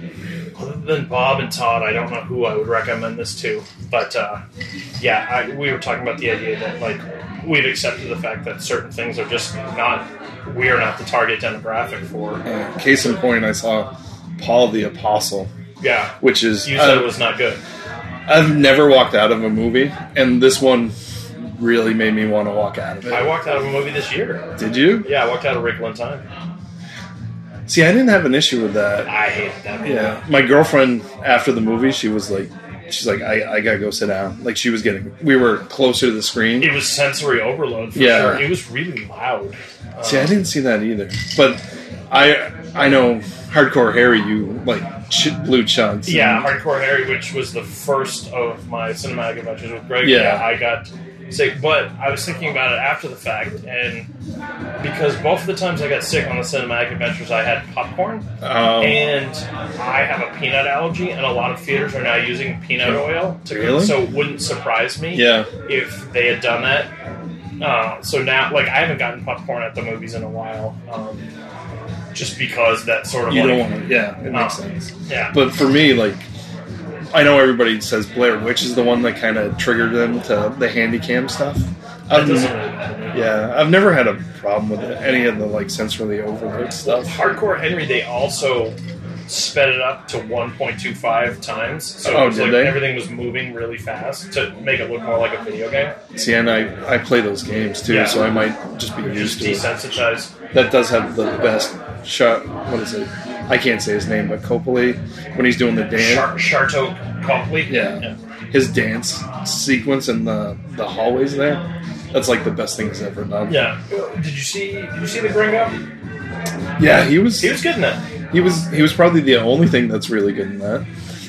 Speaker 1: Other than Bob and Todd, I don't know who I would recommend this to, but uh, yeah, I, we were talking about the idea that like we've accepted the fact that certain things are just not we're not the target demographic for.
Speaker 2: uh, case in point, I saw Paul the Apostle,
Speaker 1: Yeah,
Speaker 2: which is
Speaker 1: you said
Speaker 2: uh,
Speaker 1: it was not good.
Speaker 2: I've never walked out of a movie, and this one really made me want to walk out of it.
Speaker 1: I walked out of a movie this year.
Speaker 2: Did you?
Speaker 1: Yeah, I walked out of Rick one time.
Speaker 2: See, I didn't have an issue with that.
Speaker 1: I hated that movie.
Speaker 2: Yeah, my girlfriend after the movie, she was like, she's like, I, I gotta go sit down. Like she was getting, we were closer to the screen.
Speaker 1: It was sensory overload for
Speaker 2: Yeah.
Speaker 1: sure. It was really loud. Um,
Speaker 2: See, I didn't see that either. But I, I know hardcore Harry, you like ch- blue chunks. and-
Speaker 1: Yeah, Hardcore Harry, which was the first of my cinematic adventures with Greg.
Speaker 2: Yeah.
Speaker 1: I got sick, but I was thinking about it after the fact, and because both of the times I got sick on the cinematic adventures, I had popcorn,
Speaker 2: Um,
Speaker 1: and I have a peanut allergy, and a lot of theaters are now using peanut oil to cook,
Speaker 2: Really?
Speaker 1: so it wouldn't surprise me
Speaker 2: yeah.
Speaker 1: if they had done that. Uh, so now, like, I haven't gotten popcorn at the movies in a while, um, just because that sort of
Speaker 2: You
Speaker 1: like,
Speaker 2: don't want to. Yeah, it makes
Speaker 1: Oh.
Speaker 2: sense.
Speaker 1: yeah,
Speaker 2: But for me, like, I know everybody says Blair Witch is the one that kind of triggered them to the handy cam stuff.
Speaker 1: that
Speaker 2: I've,
Speaker 1: doesn't really matter.
Speaker 2: yeah, I've never had a problem with any of the like sensorily overload stuff.
Speaker 1: Hardcore Henry, they also sped it up to 1.25 times, so
Speaker 2: Oh,
Speaker 1: it was
Speaker 2: did
Speaker 1: like
Speaker 2: they?
Speaker 1: everything was moving really fast to make it look more like a video game.
Speaker 2: See, and I, I play those games too,
Speaker 1: Yeah.
Speaker 2: so I might just be
Speaker 1: It was
Speaker 2: used
Speaker 1: just
Speaker 2: to it.
Speaker 1: desensitized.
Speaker 2: That does have the best shot. What is it? I can't say his name, but Copley, when he's doing the dance,
Speaker 1: Char- Charto complete.
Speaker 2: Yeah. his dance sequence in the, the hallways there, that's like the best thing he's ever done.
Speaker 1: Yeah. Did you see? Did you see the Gringo?
Speaker 2: Yeah, he was
Speaker 1: He was good in that.
Speaker 2: he was he was probably the only thing that's really good in that.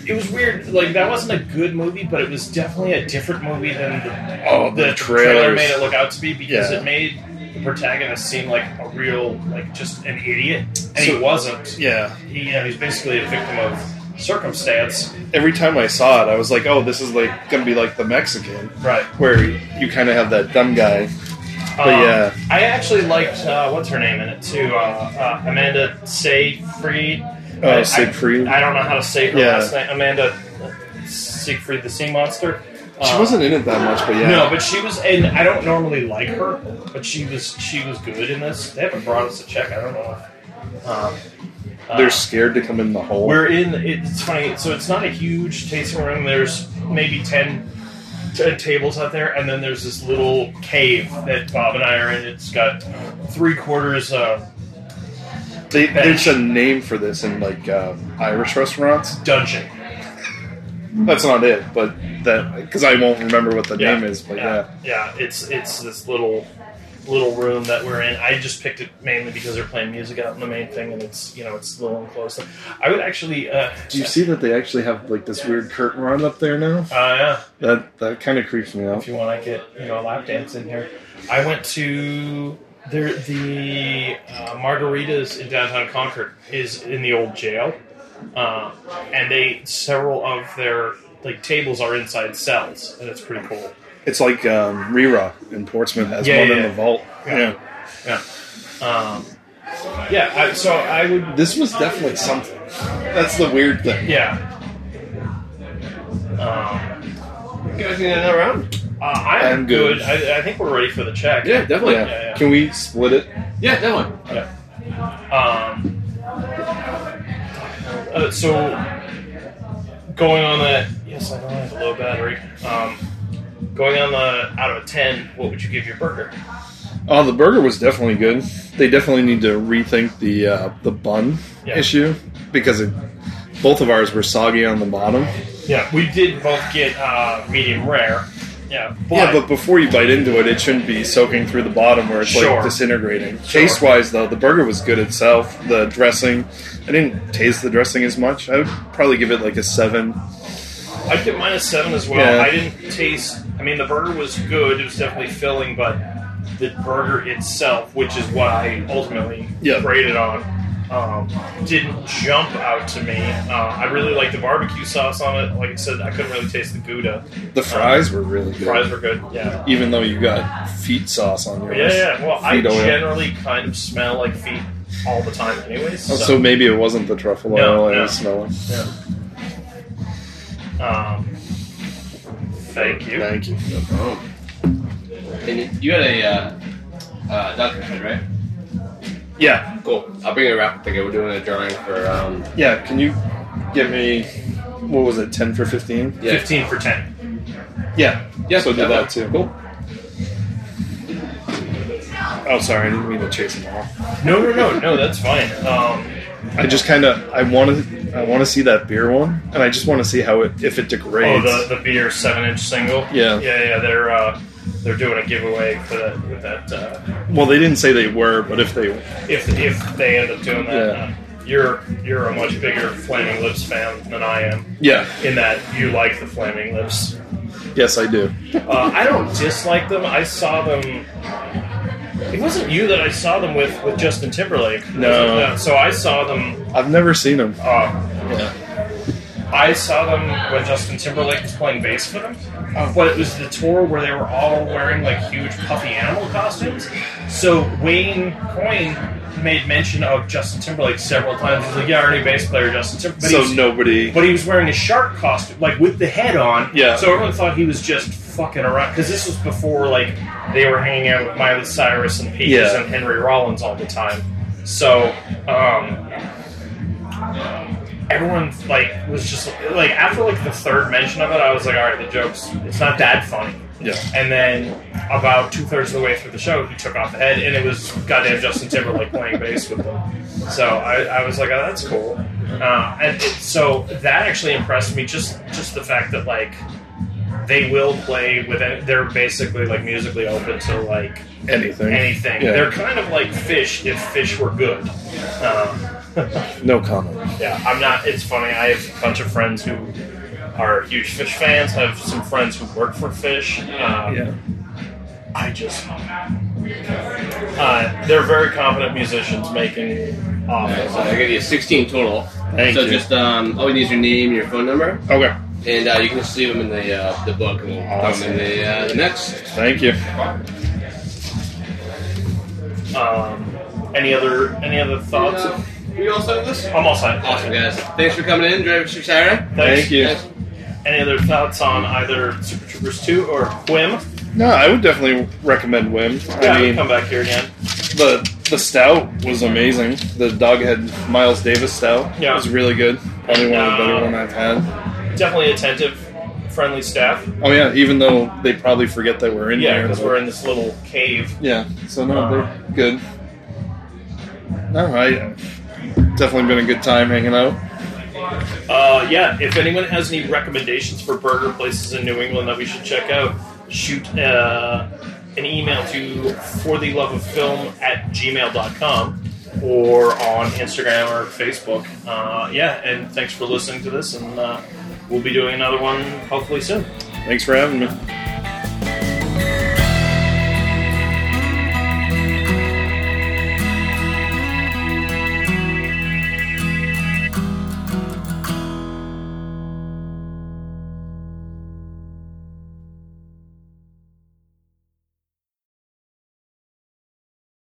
Speaker 1: It was weird. Like that wasn't a good movie, but it was definitely a different movie than the,
Speaker 2: Oh, the
Speaker 1: trailer
Speaker 2: trailers.
Speaker 1: made it look out to be because
Speaker 2: Yeah.
Speaker 1: it made the protagonist seem like a real, like just an idiot, and he
Speaker 2: So-
Speaker 1: wasn't.
Speaker 2: Yeah.
Speaker 1: He, you know, he's basically a victim of circumstance.
Speaker 2: Every time I saw it, I was like, oh, this is like gonna be like the Mexican,
Speaker 1: Right.
Speaker 2: where you kind of have that dumb guy. But
Speaker 1: Um,
Speaker 2: yeah,
Speaker 1: I actually liked uh, what's her name in it too, uh, uh, Amanda Seyfried.
Speaker 2: Oh,
Speaker 1: I- I-
Speaker 2: Seyfried.
Speaker 1: I, don't know how to say her
Speaker 2: Yeah.
Speaker 1: last name. Amanda uh, Siegfried, the sea monster.
Speaker 2: she
Speaker 1: Um,
Speaker 2: wasn't in it that much, but yeah,
Speaker 1: No, but she was, and I don't normally like her, but she was she was good in this. They haven't brought us a check. I don't know. If, um, uh,
Speaker 2: they're scared to come in the hole.
Speaker 1: we're in. It's funny. So it's not a huge tasting room. There's maybe ten t- tables out there, and then there's this little cave that Bob and I are in. It's got three quarters. Uh,
Speaker 2: They, there's a name for this in like um, Irish restaurants.
Speaker 1: dungeon.
Speaker 2: That's not it, but that because I won't remember what the
Speaker 1: Yeah,
Speaker 2: name is. But yeah,
Speaker 1: yeah, yeah, It's it's this little little room that we're in. I just picked it mainly because they're playing music out in the main thing, and it's you know it's a little enclosed. I would actually. Uh,
Speaker 2: do you see that they actually have like this weird curtain rod up there now?
Speaker 1: Uh, yeah.
Speaker 2: That that kind of creeps me out.
Speaker 1: If you want, I get you know a lap dance in here. I went to there the uh, margaritas in downtown Concord is in the old jail, uh, and they several of their like tables are inside cells, and it's pretty cool.
Speaker 2: It's like um, Rock in Portsmouth has
Speaker 1: Yeah,
Speaker 2: one
Speaker 1: yeah,
Speaker 2: in the
Speaker 1: yeah.
Speaker 2: vault.
Speaker 1: Yeah. Yeah. Um, yeah. I, so I would.
Speaker 2: This was definitely something. That's the weird thing.
Speaker 1: Yeah. Um,
Speaker 3: You guys need another round?
Speaker 1: uh, I'm,
Speaker 2: I'm
Speaker 1: good.
Speaker 2: good.
Speaker 1: I, I think we're ready for the check.
Speaker 3: Yeah, definitely.
Speaker 2: Yeah.
Speaker 3: Yeah,
Speaker 1: yeah.
Speaker 2: Can we split it?
Speaker 3: definitely.
Speaker 1: Yeah. Um, uh, so going on that, yes, I know I have a low battery. Um, going on the out of a ten, what would you give your burger?
Speaker 2: Oh, the burger was definitely good. They definitely need to rethink the uh, the bun
Speaker 1: Yeah.
Speaker 2: issue because it, both of ours were soggy on the bottom.
Speaker 1: Yeah, we did both get uh, medium rare. Yeah, but,
Speaker 2: yeah, but before you bite into it, it shouldn't be soaking through the bottom where it's
Speaker 1: Sure.
Speaker 2: like disintegrating.
Speaker 1: Sure.
Speaker 2: Taste wise, though, the burger was good itself. The dressing, I didn't taste the dressing as much. I would probably give it like a seven.
Speaker 1: I'd get minus seven as well.
Speaker 2: Yeah.
Speaker 1: I didn't taste. I mean, the burger was good. It was definitely filling, but the burger itself, which is what I ultimately
Speaker 2: Yeah.
Speaker 1: graded on, um, didn't jump out to me. Uh, I really liked the barbecue sauce on it. Like I said, I couldn't really taste the gouda. Um,
Speaker 2: The fries were really good,
Speaker 1: Fries were good. Yeah.
Speaker 2: even though you got feet sauce on yours.
Speaker 1: Yeah, yeah. Well, I
Speaker 2: Feet oil.
Speaker 1: generally kind of smell like feet all the time, anyways.
Speaker 2: Oh,
Speaker 1: So,
Speaker 2: So maybe it wasn't the truffle
Speaker 1: No,
Speaker 2: oil I
Speaker 1: no.
Speaker 2: was smelling.
Speaker 1: yeah. Um, thank you.
Speaker 2: Thank you.
Speaker 5: And you had a uh, uh, Dr. Head, right?
Speaker 2: Yeah,
Speaker 5: Cool. I'll bring a wrap thing. We're doing a drawing for. Um,
Speaker 2: yeah. Can you give me what was it, ten for fifteen?
Speaker 5: yeah.
Speaker 1: Fifteen for ten.
Speaker 2: Yeah,
Speaker 5: Yeah,
Speaker 2: So do that too.
Speaker 5: Cool.
Speaker 2: Oh, sorry, I didn't mean to chase them off.
Speaker 1: No, no, no, no. That's fine. Um,
Speaker 2: I just kind of I want to I want to see that beer one, and I just want to see how it if it
Speaker 1: oh,
Speaker 2: degrades.
Speaker 1: the, the beer seven inch single.
Speaker 2: Yeah.
Speaker 1: yeah, yeah. They're uh, they're doing a giveaway for that with that. Uh,
Speaker 2: well, they didn't say they were, but if they
Speaker 1: if if they end up doing that,
Speaker 2: Yeah.
Speaker 1: uh, you're you're a much bigger Flaming Lips fan than I am.
Speaker 2: yeah,
Speaker 1: In that you like the Flaming Lips.
Speaker 2: yes, I do.
Speaker 1: Uh, I don't dislike them. I saw them. It wasn't you that I saw them with with Justin Timberlake. was it?
Speaker 2: No.
Speaker 1: So I saw them.
Speaker 2: I've never seen them.
Speaker 1: Uh,
Speaker 2: Yeah,
Speaker 1: I saw them when Justin Timberlake was playing bass for them, but it was the tour where they were all wearing like huge puffy animal costumes. So Wayne Coyne made mention of Justin Timberlake several times. He's like, "Yeah, our new bass player, Justin Timberlake."
Speaker 2: so nobody.
Speaker 1: But he was wearing a shark costume, like with the head on.
Speaker 2: Yeah.
Speaker 1: So everyone thought he was just fucking around because this was before like they were hanging out with Miley Cyrus and Peaches
Speaker 2: Yeah.
Speaker 1: and Henry Rollins all the time. So um, everyone like was just like after like the third mention of it, I was like, all right, the joke's it's not that funny.
Speaker 2: Yeah.
Speaker 1: And then about two thirds of the way through the show, he took off the head, and it was goddamn Justin Timberlake playing bass with them. So I, I was like, oh, that's cool. Uh, and it, so that actually impressed me. Just just the fact that like they will play with it. They're basically like musically open to like
Speaker 2: Anything.
Speaker 1: anything.
Speaker 2: Yeah.
Speaker 1: They're kind of like fish if fish were good. Um,
Speaker 2: No comment.
Speaker 1: yeah, I'm not. It's funny. I have a bunch of friends who are huge fish fans. I have some friends who work for fish. Um,
Speaker 2: Yeah.
Speaker 1: I just. Uh, they're very competent musicians making
Speaker 5: Alright,
Speaker 1: offers.
Speaker 5: so I give you 16 total.
Speaker 2: Thank
Speaker 5: so
Speaker 2: you.
Speaker 5: just um, all we need is your name, your phone number,
Speaker 2: Okay.
Speaker 5: and uh, you can just leave them in the uh, the book, and we'll put them in the, uh, the next.
Speaker 2: Thank you.
Speaker 1: Um, any other any other thoughts?
Speaker 5: Uh, we all set with this?
Speaker 1: I'm all set.
Speaker 5: Awesome, guys. Thanks for coming in, Driver Six Saturday.
Speaker 1: Thanks.
Speaker 2: Thank you.
Speaker 5: Thanks.
Speaker 1: Any other thoughts on either Super Troopers 2 or Quim?
Speaker 2: No, I would definitely recommend Wim.
Speaker 1: Yeah,
Speaker 2: I mean,
Speaker 1: come back here again.
Speaker 2: the the stout was amazing. The Doghead Miles Davis stout
Speaker 1: Yeah.
Speaker 2: was really good. Probably one of the
Speaker 1: No.
Speaker 2: better one I've had.
Speaker 1: Definitely attentive, friendly staff.
Speaker 2: Oh yeah, even though they probably forget that we're in
Speaker 1: Yeah,
Speaker 2: there.
Speaker 1: because we're in this little cave.
Speaker 2: Yeah, so no, they're good. No, I definitely been a good time hanging out.
Speaker 1: Uh, yeah, if anyone has any recommendations for burger places in New England that we should check out, shoot uh, an email to for the love of film at gmail.com or on Instagram or Facebook. Uh, yeah, and thanks for listening to this, and uh, we'll be doing another one hopefully soon.
Speaker 2: Thanks for having me.